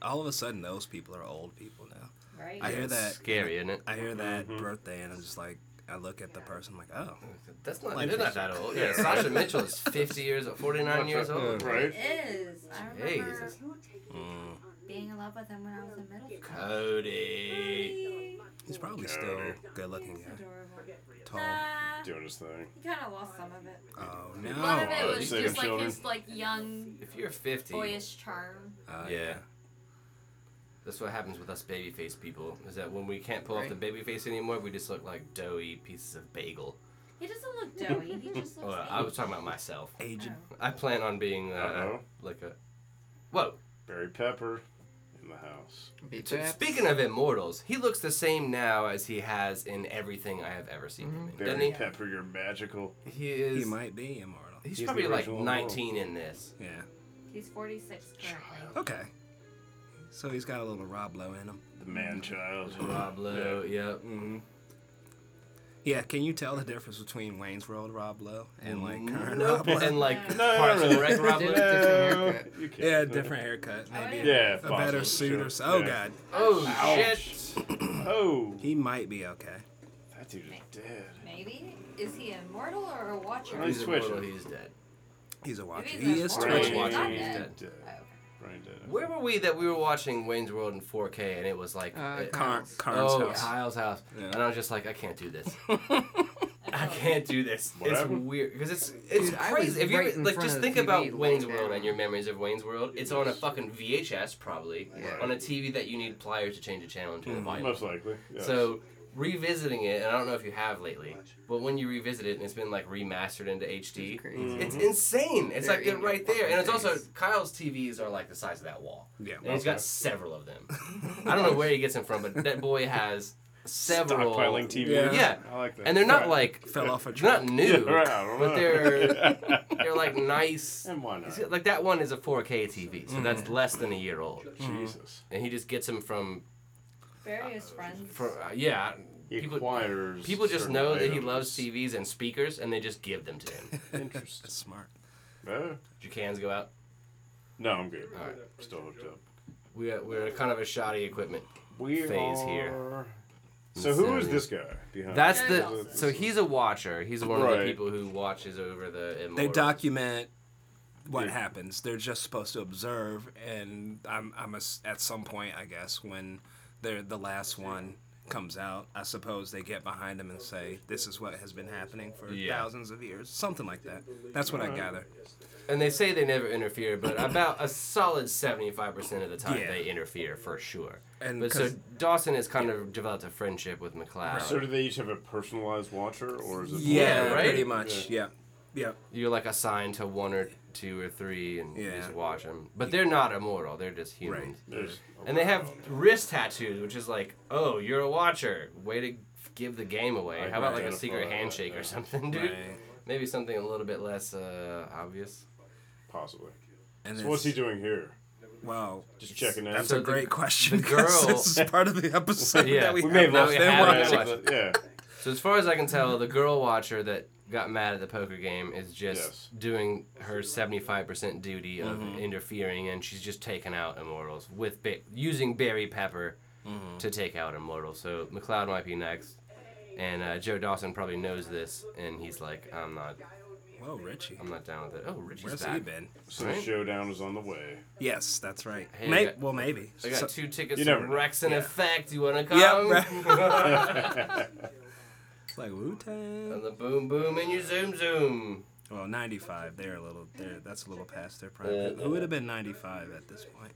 All of a sudden, those people are old people now. right? I hear It's that. Scary, isn't it? I hear that Mhm. birthday, and I'm just like, I look at the person, I'm like, oh, That's not. Like- they're not that old. Yeah, Yeah. right. Sasha Mitchell is 50 years, 49 years old. Right. It is. I remember Jesus. mm, being in love with him when I was in middle school. Cody. he's probably still good looking He's guy, adorable. tall. Nah, Doing his thing. he kind of lost some of it. Oh A lot of no. it Oh, was you just saving like children. his like young If you're 50, boyish charm. Uh, yeah. That's what happens with us babyface people. Is that when we can't pull off the babyface anymore, we just look like doughy pieces of bagel. He doesn't look doughy. He just looks. Well, I was talking about myself. Aged. I plan on being uh, Uh-oh. like a. Whoa! Uh-huh. Barry Pepper in the house. Beat So, that. speaking of immortals, he looks the same now as he has in everything I have ever seen him in. Doesn't Barry he? Pepper, you're magical. He is. He might be immortal. he's, He's the probably like original immortal. 19 in this. Yeah. he's 46 currently. Okay. So he's got a little Roblo in him. The man child. Rob Lowe, yep. Mm-hmm. Yeah, can you tell the difference between Wayne's World Rob Lowe and like current Mm-hmm. Nope. Rob Lowe? And like No, no, parts of the no. wreck Rob Lowe. No, Different you can't. yeah, different haircut, maybe yeah. Yeah, a better possible, suit sure. or so. Oh Yeah. god, Oh Ouch. shit! Oh, he might be okay. that dude is dead. Maybe is he immortal or a watcher? Nice He's switch. immortal, He's dead. He's a watcher. Maybe He is that's why he's twitching. Watcher. not He's dead. dead. Dead. Oh, okay. Brian dead. Where were we that we were watching Wayne's World in 4K and it was like, Uh, uh, Car- Karn's oh, house. Kyle's house, Yeah. and I was just like, I can't do this. I I feel can't do this. What it's happened? weird because it's it's Dude, I was crazy. If you right ever- in like, front just of the think TV about laying Wayne's World down. and your memories of Wayne's World. It's on a fucking VHS probably Yeah. on a TV that you need pliers to change the channel and turn the volume. Mm, Most likely. Yes. So revisiting it, and I don't know if you have lately, but when you revisit it and it's been like remastered into HD, It's crazy. it's Mm-hmm. insane. It's They're like they're in right your there, and it's fucking also face. Kyle's TVs are like the size of that wall. Yeah. And he's got Okay. several of them. I don't know where he gets them from, but that boy has several. stockpiling TV. Yeah. Yeah. I like that. And they're not Right. like Fell off a they're truck. not new, Yeah, right, I don't but know. they're they're like nice. And why not? He's got- Like that one is a 4K TV, so Mm-hmm. that's less than a year old, Hmm. Jesus. and he just gets them from various friends. from uh, yeah. He People, acquires. people just certain know that he items. loves TVs and speakers, and they just give them to him. Did Interesting. That's smart. Uh, your cans go out? no, I'm good. All right. Still hooked up. We are, we're kind of a shoddy equipment. We Phase here. So who is this guy behind? That's Yeah, the yeah. so he's a watcher. He's one of the Right. people who watches over the immortal. They document what Yeah. happens. They're just supposed to observe, and I'm, I'm ass- at some point, I guess, when they're the last one comes out, I suppose they get behind him and say, "This is what has been happening for Yeah. thousands of years," something like that. That's what I Alright. gather. And they say they never interfere, but about a solid 75% of the time Yeah. they interfere for sure. And but so 'cause- Dawson has kind of developed a friendship with McLeod. So do they each have a personalized watcher, or is it? Yeah, Yeah, right? pretty much. Yeah. yeah, You're like assigned to one or two or three and you Yeah. just watch them. But they're not immortal, they're just humans. There's- And they have wrist tattoos, which is like, oh, you're a watcher. Way to give the game away. I How about like a identify secret with handshake that. or something, dude? Right. Maybe something a little bit less uh, obvious. possibly. And So it's- what's he doing here? Well, Just checking out. that's So a the- great question. the 'cause girl- this is part of the episode Yeah. that we, we have may have now not lost we been have watching. it. that. but- Yeah. So as far as I can Mm-hmm. tell, the girl watcher that got mad at the poker game is just Yes. doing her seventy-five percent duty of Mm-hmm. interfering, and she's just taking out immortals with ba- using Barry Pepper Mm-hmm. to take out immortals. So McLeod might be next, and uh, Joe Dawson probably knows this, and he's like, "I'm not, Whoa, Richie, I'm not down with it." Oh, Richie's where's back. he been? So the Right? showdown is on the way. Yes, that's right. Hey, I May- got- well, maybe. I got So- two tickets You to never know. Rex and Yeah. Effect. You wanna come? Yeah, it's like Wu and Tang. the boom boom and you zoom zoom. Well, ninety-five. They're a little. They're that's a little past their prime. Who would have been ninety-five at this point?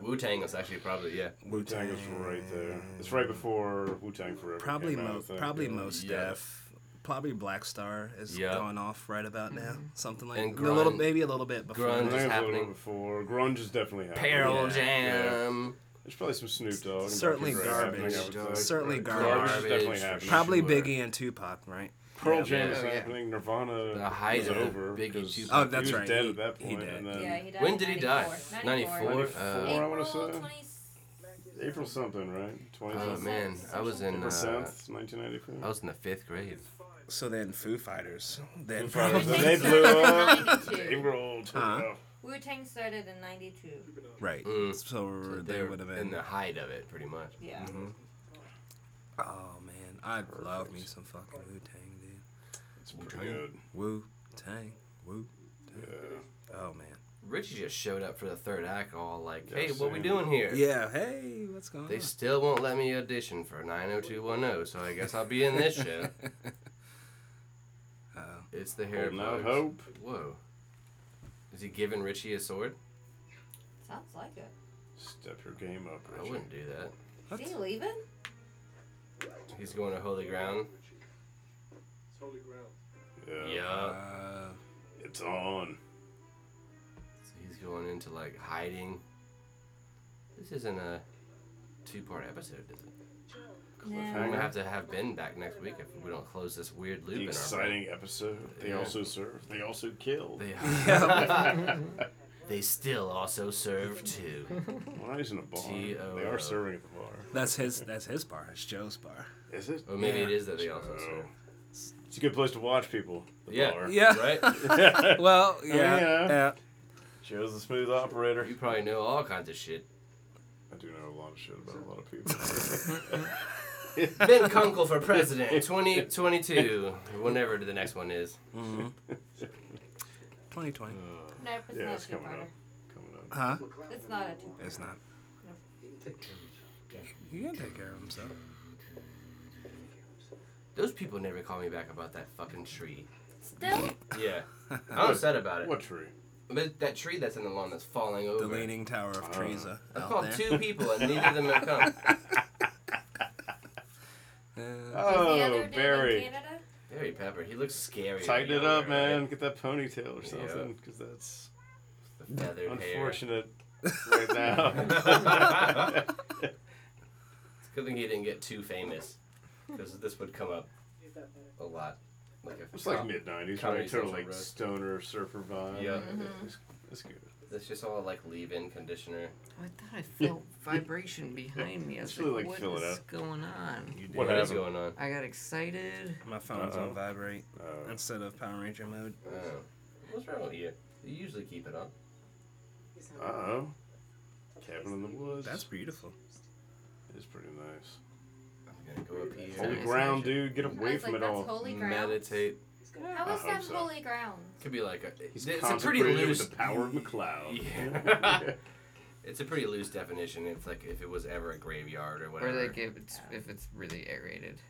Wu Tang is actually probably yeah. Wu Tang is right there. It's right before Wu Tang Forever. Probably came out, I most. think. Probably most Yeah. deaf. Probably Black Star is Yeah. going off right about now. Something like And that. a little, grunge- maybe a little bit before. grunge I is think it that. was a little happening. before. Grunge is definitely happening. Peril Oh, Yeah. Jam. There's probably some Snoop Dogg. and Certainly Dr. Dre happening, garbage. I would think. Certainly Garbage is garbage. definitely for happening. Probably sure. Biggie and Tupac, right? Pearl Yeah, Jam is yeah. happening. Nirvana The height is of over. Biggie 'cause Tupac. Oh, that's he was right, dead he- at that he point. did. And then yeah, he died When in did he die? 94. 94? Uh, April um, I wanna say. 20 April something, right? 20 Oh man, I was in April uh, 7th, 1994. I was in the fifth grade. So then Foo Fighters. Then Fighters, they probably- blew up. 92. April 12th. Huh? Wu Tang started in '92. right. Mm. So, So there would have in been. the height of it, pretty much. Yeah. Mm-hmm. Oh man, I love me some fucking Wu Tang, dude. It's pretty good. Wu Tang, Wu. Yeah. Oh man. Richie just showed up for the third act, all like, Yeah, "Hey, what we same. doing here?" Yeah. Hey, what's going They on? still won't let me audition for 90210, so I guess I'll be in this show. Oh. It's the hair. Holding out plugs. hope. Whoa. Is he giving Richie a sword? Sounds like it. Step your game up, I Richard. wouldn't do that. Is he leaving? He's going to holy ground. Yeah. Yeah. Uh, It's on. So he's going into like hiding. This isn't a two-part episode, is it? I'm No. gonna have to have Ben back next week if we don't close this weird loop. The in our exciting episode. They Yeah. also serve. They also kill. brain. They- yeah. They still also serve too. Well, he's in a bar. T-O-O. They are serving at the bar. That's his. That's his bar. It's Joe's bar. Is it? Or maybe Yeah. it is that they also Oh. serve. It's a good place to watch people. The Yeah. bar. Yeah. Right? Well, yeah, yeah. yeah. Joe's a smooth operator. You probably know all kinds of shit. I do know a lot of shit about a lot of people. Ben Kunkel for president, 2022, whenever the next one is. 2020. Nope, it's Yeah, not it's a two coming up. parter. Coming up. Huh? It's not a two It's not. You can take care of himself. Those people never call me back about that fucking tree. Still? Yeah. I'm upset about it. What tree? But that tree that's in the lawn that's falling over. The Leaning Tower of Treza I out called there. two people and neither of them have come. Uh, Was the other Oh, dude in Barry. Canada? Barry Pepper, he looks scary. Tighten it right up, now, man. right? Get that ponytail or Yeah. something, because that's The feathered hair. unfortunate right now. It's a good thing he didn't get too famous, because this would come up a lot. Like if it's like mid Comedy '90s, right? Sort of Central like roast. stoner surfer vibe. Yeah. Mm-hmm. It's, it's good. It's just all like leave-in conditioner. I thought I felt vibration behind me. I was Just really, like, like, what fill it is up. going on? You What what is happened? going on? I got excited. my phone's Uh-oh. on vibrate Uh, instead of Power Ranger mode. Oh. What's wrong with you? You usually keep it on. uh oh. Cabin in the woods. That's beautiful. is pretty nice. I'm gonna go up here. Mm, Holy nice, ground, actually. dude. Get I away was from like, it that's all. holy ground. Meditate. How I is hope that so. holy ground? Could be like a. He's it's a pretty consecrated loose. with the power of McLeod. Yeah. It's a pretty loose definition. It's like if it was ever a graveyard or Or whatever. like if it's if it's really aerated.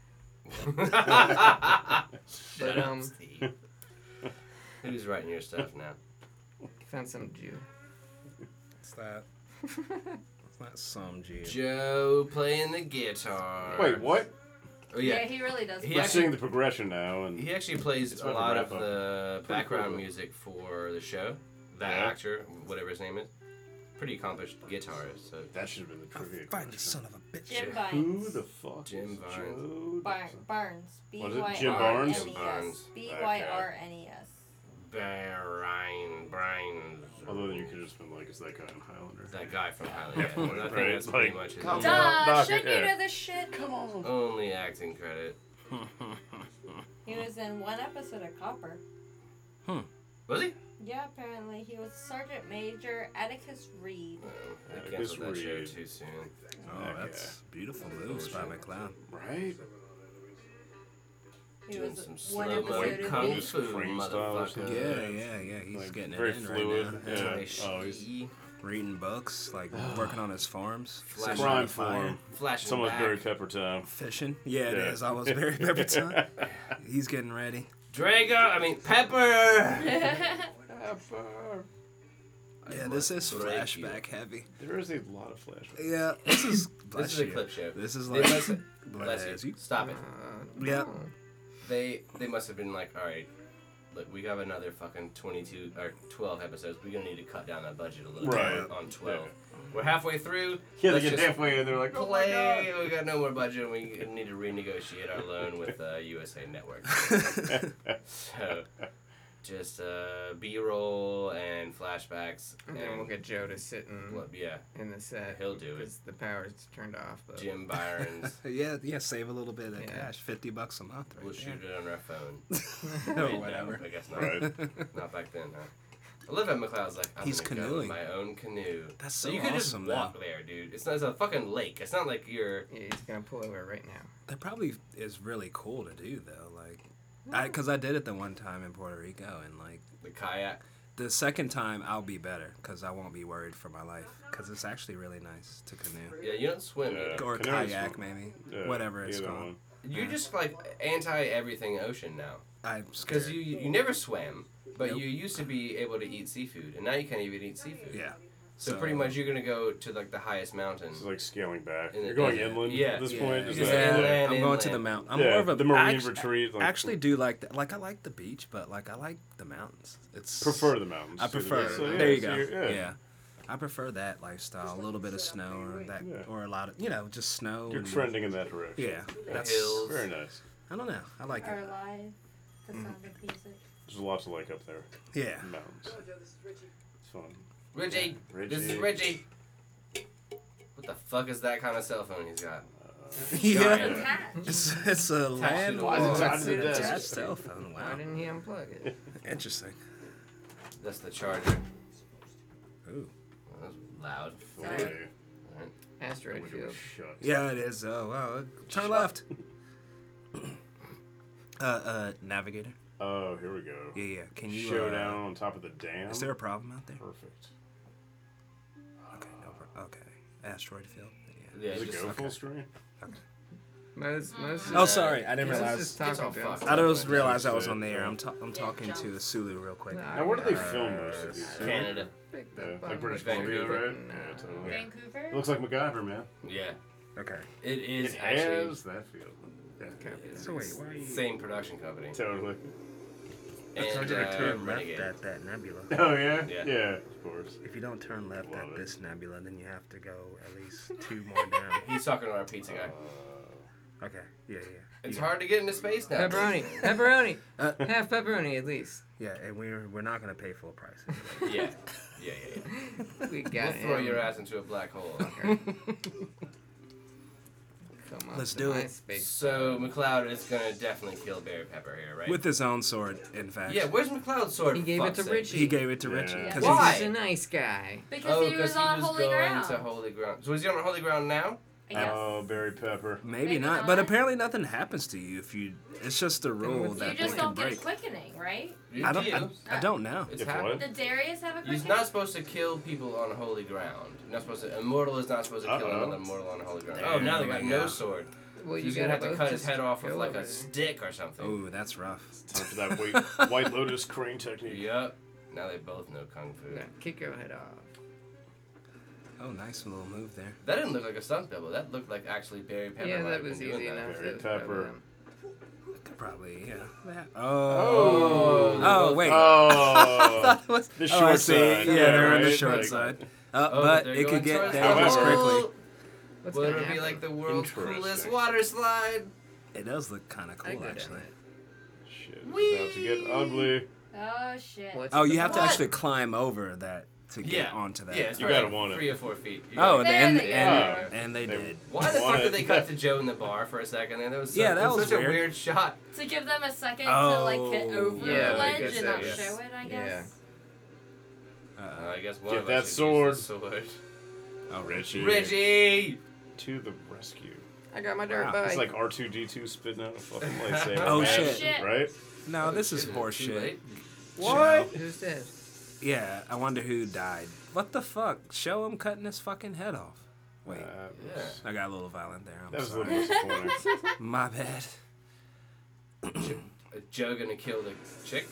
Shut But, up, um, Steve. Who's writing your stuff now? Found some Jew. It's that. It's not some G. Joe playing the guitar. Wait, what? Oh Yeah, yeah. he really does. He play. We're actually- seeing the progression now, and He actually plays It's a like a lot of wrap-up. the cool, background though. music for the show. That Yeah. actor, whatever his name is, pretty accomplished guitarist. So that should have been the trivia. Find the question. son of a bitch. Jim Who Who Vines. the fuck Jim is Vines. Joe? Bar- Barnes. B Was it Y Jim R N Barnes? E Jim S. Barnes. B Okay. Y R N E S. Brian Brian. Although then you could have just been like, is that guy in Highlander? That guy from Highland. Yeah, I think right, that's pretty like, much his come only- on. Duh! knock Shouldn't it, you yeah. know this shit? Come on. only acting credit. Oh, He was in one episode of Copper. Was he? Yeah, apparently he was Sergeant Major Atticus Reed. Oh, Yeah, I Chris canceled that show Reed. too soon. Oh, That that's beautiful moves by McLeod. Right? He Doing was some one slow episode mo of kung Beast. fu, Spring style or motherfucker. something. Yeah, yeah, yeah. He's Like, getting it very in fluid, right now. Yeah. yeah. Nice Oh, he's- E, Reading books, like working on his farms, Flash sitting on Prime the fire, form. flashing Someone's back. Barry Pepper time. fishing. Yeah, it Yeah. is almost Barry Pepper time. He's getting ready. Drago, I mean Pepper. Yeah, this is break you. flashback heavy. There is a lot of flashbacks. Yeah, this is. This is a clip show. This is They like. must- Bless Bless you. you. Stop it. Uh, Yeah. They they must have been like, all right, look, we have another fucking twenty-two or twelve episodes. We're gonna need to cut down that budget a little Right. bit on twelve. We're halfway through. Yeah, they Let's get just halfway and they're like, oh my god. play. We got no more budget. and We need to renegotiate our loan with uh, USA Network. So just uh, B-roll and flashbacks. And then we'll get Joe to sit in, Well, yeah, in the set. He'll do it. Because the power's turned off. Uh, But Jim Byron's. Yeah, yeah, save a little bit of Yeah. cash, fifty bucks a month, right We'll shoot it on our phone. there. Right or now, whatever. I guess not. Right. Not back then, huh? I love how McLeod's like, I'm He's gonna go in canoeing. my own canoe. That's you so could awesome, just walk there, dude. It's not it's a fucking lake. It's not like you're. Yeah, he's gonna pull over right now. That probably is really cool to do though, like, I Mm. because I did it the one time in Puerto Rico, and like The kayak. the second time I'll be better because I won't be worried for my life because it's actually really nice to canoe Yeah, you don't swim. Yeah. either. or Canoe's kayak fun. maybe, Yeah, whatever it's either called. one. You're just like anti everything ocean now. I'm Because scared. you, you never swam, but Nope. you used to be able to eat seafood, and now you can't even eat seafood. yeah, So, pretty much you're gonna go to like the highest mountain. This is like scaling back. In the You're going desert. inland Yeah. at this Yeah. point. Is Just that- inland. yeah. I'm going to the inland. mountain. I'm Yeah, more of a the marine act- retreat, like- actually, do like that. Like I like the beach, but like I like the mountains. It's Prefer the mountains. I to the- prefer. so, yeah, there you so go. you're- Yeah. I prefer that lifestyle. A little bit of snow or that, Yeah. or a lot of you know, just snow. You're and- trending in that direction. Yeah, that's. hills. Very nice. I don't know. I like Our it. live, the sound of music. There's a lot to like up there. Yeah, Mountains. It's fun. Reggie. Reggie. This is Reggie. What the fuck is that kind of cell phone he's got? Uh, It's Yeah. attached. It's, it's a Attached to the- landline. why is it attached to the attached desk? cell phone. Why Wow. didn't he unplug it? Interesting. That's the charger. Ooh. That's loud. Sorry. Okay. Asteroid Window field. was shut. Yeah, it is. Oh wow. Turn left. uh, uh, navigator. Oh, here we go. Yeah, yeah. Can you? uh, Showdown on top of the dam. Is there a problem out there? Perfect. Okay, no. pro- Okay. Asteroid field. Yeah. Yeah, Does it just- go full screen? Most, most Oh, sorry. I didn't This is realize. just It's all talking to fucked. us. I just realized I was Shit. on the air. I'm, ta- I'm talking to Sulu real quick. Now, where do they film most of these? Canada. Pick Yeah, the like British Vancouver. Columbia, right? No. Yeah, totally. Vancouver. It looks like MacGyver, man. Yeah. Okay. It is It actually has that feel. Yeah, So wait, why are you? same production company. totally. So And you gotta uh, turn left Renegade. at that nebula. Oh yeah. Yeah. of course. If you don't turn left Love at it. this nebula, then you have to go at least two more down. He's talking to our pizza guy. Uh, Okay. Yeah, yeah. It's hard to get into space now. Pepperoni. Pepperoni. Uh, Half pepperoni at least. Yeah, and we're we're not gonna pay full price. Yeah. Yeah, yeah, yeah. We got We'll throw him. your ass into a black hole. Come on, Let's to do my it. space. So McLeod is gonna definitely kill Barry Pepper here, right? With his own sword, in fact. yeah, where's McLeod's sword? He for gave it fuck's to sake? Richie. He gave it to Yeah. Richie. Because He's Why? such a nice guy. Because Oh, he because was he on was holy going ground. to holy ground. So was he on holy ground now? I guess. Oh, Barry Pepper. Maybe, Maybe not, not. but apparently nothing happens to you if you. It's just a rule You you that they just can don't break. get Uh, quickening, right? You I don't. do. I, I don't know. it's If happened. what? Did Darius have a He's quickening? not supposed to kill people on holy ground. You're not supposed to. Immortal is not supposed to kill Uh-oh. another mortal on holy ground. There oh, now they we got go. no sword. Well, So you he's gonna have gotta to both cut his just head off with kill like a everybody. stick or something. Ooh, that's rough. Time for that white, white lotus crane technique. Yup. Now they both know kung fu. Yeah, Kick your head off. Oh, nice little move there. That didn't look like a stunt double. That looked like actually Barry Pepper. yeah, might have that was been doing easy that. enough. Barry That was probably Pepper. them. Could Probably, yeah. That- Oh. Oh. Oh, wait. Oh, the Oh, short I see. side. Yeah, they're on the right? short Like, side. Uh, Oh, but they're it going could get towards the down this However- quickly. hole. What's Well, gonna it'll be happen? like the world's coolest Interesting. water slide. It does look kind of I cool, go actually. down it. Shit, it's about to get ugly. Oh shit. What's Oh, at you the have to bottom? actually climb over that to get Yeah. onto that. Yeah, it's You probably gotta like want it. Three or four feet. You Oh, gotta- and, There and, they and, are. and they They- did. why the want fuck it. did they cut to Joe in the bar for a second? And it was Yeah, such, that it was was such a weird. weird shot. To give them a second to Oh. like get over Yeah, the I ledge guess and that, not yes. show it, I guess. Uh, I guess one Get of that us should sword. Use the sword. Oh, Richie. Reggie. To the rescue. I got my dirt Wow, bike. It's like R2D2 spitting out a fucking lightsaber. Oh, man, shit. Right? No, Oh, this is Shit, it was too horseshit. late. What? Who's dead? Yeah, I wonder who died. What the fuck? Show him cutting his fucking head off. Wait, That was, Yeah. I got a little violent there. Uh, that I'm was a sorry. little disappointing. My bad. Is Joe gonna kill the chick?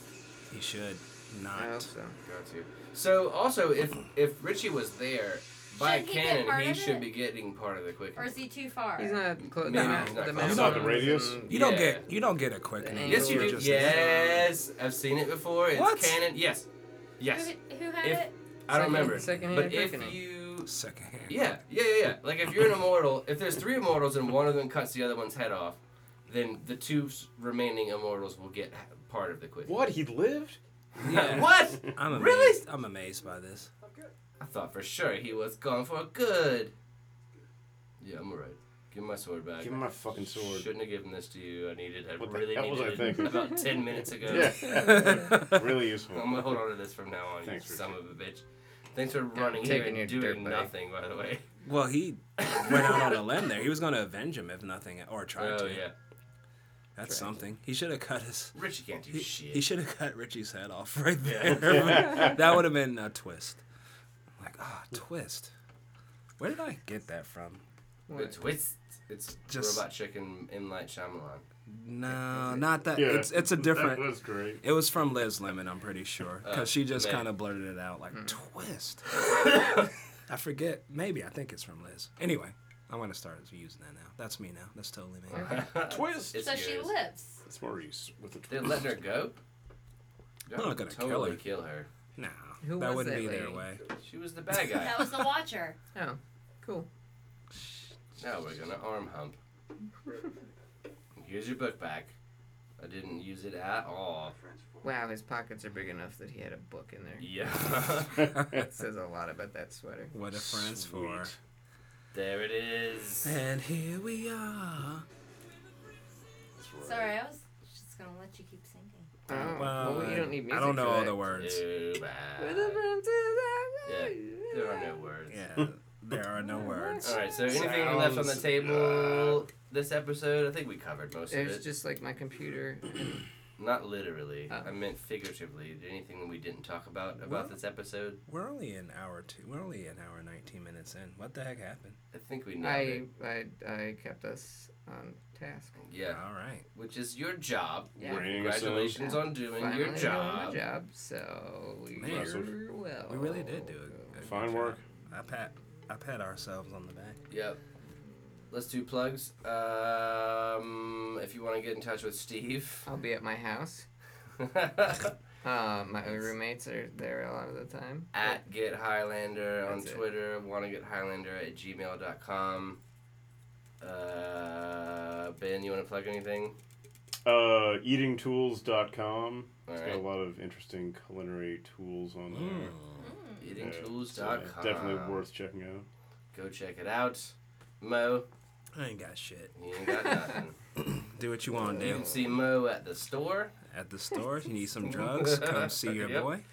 He should I hope not. so. Got to. So also, if if Richie was there by Shouldn't he get canon, part he of should it? be getting part of the quick. Or is he too far? He's not close. No, the he's ma- not the close. He's not mountain the radius? and- You don't Yeah. get you don't get a quick The name. Yes, you You're do. just- Yes, I've seen it before. It's What? canon. Yes, yes. Who, who had If- it? I don't Second- remember. second But hand if reckoning. you, Second hand. yeah, yeah, yeah, yeah. Like if you're an immortal, if there's three immortals and one of them cuts the other one's head off, then the two s- remaining immortals will get ha- part of the quick. What? He lived? Yeah. what? I'm amazed. Really? I'm amazed by this. I thought for sure he was gone for good. Yeah, I'm alright. Give me my sword back. Give him my fucking sword. Shouldn't have given this to you. I needed. I What the really hell was needed I it thinking? about ten minutes ago. Yeah. really useful. I'm gonna hold on to this from now on. Thanks, you son Richard. of a bitch. Thanks for running here taking and your dirt doing bike. nothing, by the way. Well, he went out on a limb there. He was going to avenge him if nothing, or try Oh to. yeah, That's something. He should have cut his. Richie can't do He, shit. he should have cut Richie's head off right Yeah. there. that would have been a twist. Like, ah, twist. Where did I get that from? The twist. It's Just- Robot Chicken M Night Shyamalan. No, not that. Yeah. It's it's a different. That was great. It was from Liz Lemon, I'm pretty sure, because she just Oh, man. Mm. kind of blurted it out like twist. I forget. Maybe I think it's from Liz. Anyway, I'm gonna start using that now. That's me now. That's totally me. Twist. It's so she yours. lives. It's more use with the They're twist. letting her go. They're not gonna kill totally her. kill her. No, Who that was wouldn't that be their lady? way. She was the bad guy. That was the Watcher. Oh, cool. Now we're gonna arm hump. Here's your book back. I didn't use it at all. Wow, his pockets are big enough that he had a book in there. Yeah. That says a lot about that sweater. What a friend's for. Sweet. there it is. And here we are. That's right. Sorry, I was just gonna let you keep singing. Oh, well, you don't need music. I don't know for all that. the words. Too bad. Yeah, there are no words. Yeah, there are no words. All right, so anything left on the Sounds- table this episode? I think we covered most It of was it. just like my computer. Not literally. Oh. I meant figuratively. Is there Anything we didn't talk about about Well- this episode? We're only an hour two. We're only an hour and nineteen minutes in. What the heck happened? I think we know. I, I I kept us on task. Yeah, All right. which is your job. Yeah. Ring us up. Congratulations on doing Finally your doing job. my job. So Man. you're well. We really did do a, a good Fine job. work. I pat, I pat ourselves on the back. Yep. Let's do plugs. Um, if you want to get in touch with Steve, I'll be at my house. Uh, my roommates are there a lot of the time. at Get Highlander on That's it. Twitter, want to get Highlander at gmail.com. Uh, ben, you want to plug anything? Uh, eatingtools.com. All It's got a right. lot of interesting culinary tools on there. Hmm. Yeah, so Eatingtools.com. definitely worth checking out. Go check it out. Mo, I ain't got shit. you ain't got nothing. Do what you want to you do. can see Mo at the store. At the store, if you need some drugs, come see your Yep. boy.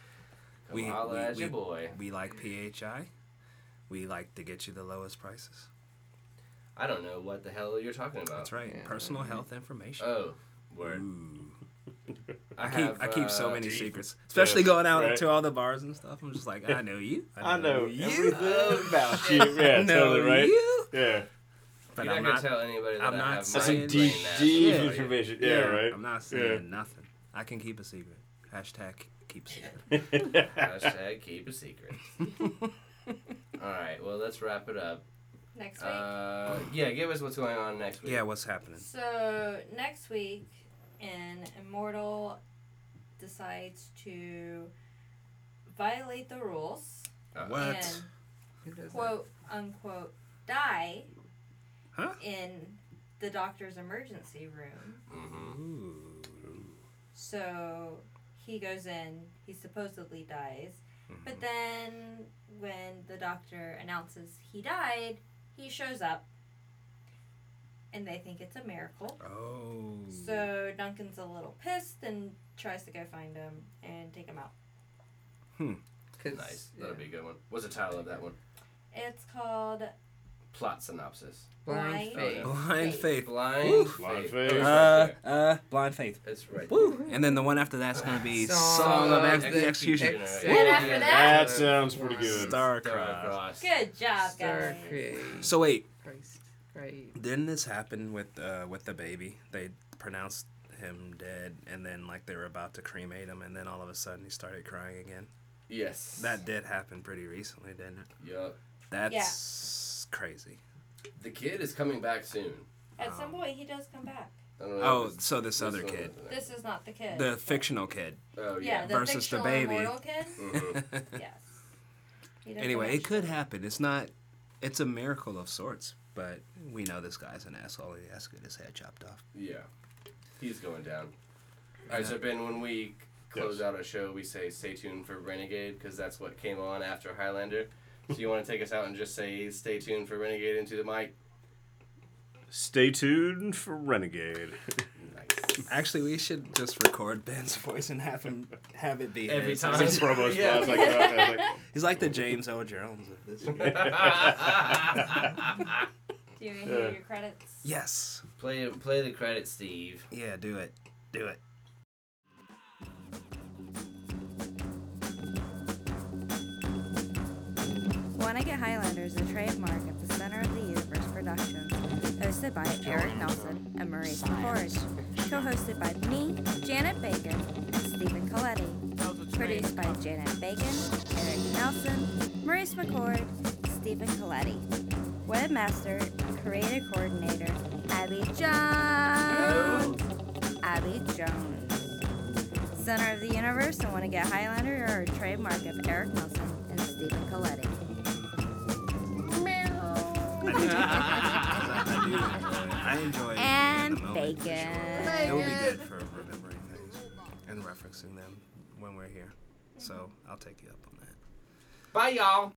Come We- holla we- at we- your boy. We like PHI. We like to get you the lowest prices. I don't know what the hell you're talking about. That's right. Yeah. Personal health Uh, information. Oh, word. Ooh. I, I keep, I keep so uh, many deep. secrets, especially going out right. to all the bars and stuff. I'm just like, I know you. I know you. everything about you. Yeah, yeah totally right. you. Yeah, But you're I'm not not. gonna tell anybody that I'm I not have saying- That's my some deep, Right. brain deep ash. information. yeah, right. I'm not saying nothing. I can keep a secret. Hashtag keep secret. Hashtag keep a secret. All right, well let's wrap it up. Next week. Uh, yeah, give us what's going on next week. yeah, what's happening? So next week, an immortal decides to violate the rules Uh, What? Who does that? quote unquote die Huh? in the doctor's emergency room. mhm. Ooh. So he goes in, he supposedly dies, Mm-hmm. but then when the doctor announces he died, he shows up and they think it's a miracle. Oh. So Duncan's a little pissed and tries to go find him and take him out. 'Cause- Nice. yeah. That'll be a good one. What's the title of that one? It's called Plot synopsis. Blind Blind faith. blind faith. Blind Woo. faith. Blind Oh, it's Faith. Uh, right there. uh, blind faith. It's right. there. Woo. And then the one after that's gonna be song, of Ex- the executioner. And after that- That sounds pretty good. Star Star Cross. Cross. Good Job, Star guys. Christ. So wait, Christ. Christ. didn't this happen with uh with the baby? They pronounced him dead, and then like they were about to cremate him, and then all of a sudden he started crying again. Yes. That did happen pretty recently, didn't it? Yup. That's crazy. The kid is coming back soon. At some point, he does come back. I don't know Oh, if it's so this other one or kid, the next. This is not the kid. the fictional kid. Oh yeah, yeah. the versus the fictional baby. Mm. immortal kid. Mhm. yes. He does Anyway, come it could back. happen. It's not. It's a miracle of sorts, but we know this guy's an asshole. He has to get his head chopped off. Yeah. He's going down. All right, so Ben, when we close Yes. out our show, we say stay tuned for Renegade because that's what came on after Highlander. So you want to take us out and just say stay tuned for Renegade into the mic? Stay tuned for Renegade. Nice. Actually, we should just record Ben's voice and have him have it be Every his. time. Some promo Yeah. spots like that. I was like, He's like the James O. Jones of this. Do you want to hear Yeah. your credits? yes. play play the credits, Steve. Yeah. Do it. Do it. Wanna Get Highlander is a trademark of the Center of the Universe Productions, hosted by Eric Nelson and Maurice LaForge, co-hosted by me, Janet Bacon, and Stephen Coletti. Produced by Janet Bacon, Eric Nelson, Maurice McCord, Stephen Coletti. Webmaster, Creative Coordinator, Abby Jones. Abby Jones. Center of the Universe and Want to Get Highlander are a trademark of Eric Nelson and Stephen Coletti. I do enjoy. I enjoy. And moment. Bacon. It'll be good for remembering things and referencing them when we're here. So I'll take you up on that. Bye, y'all.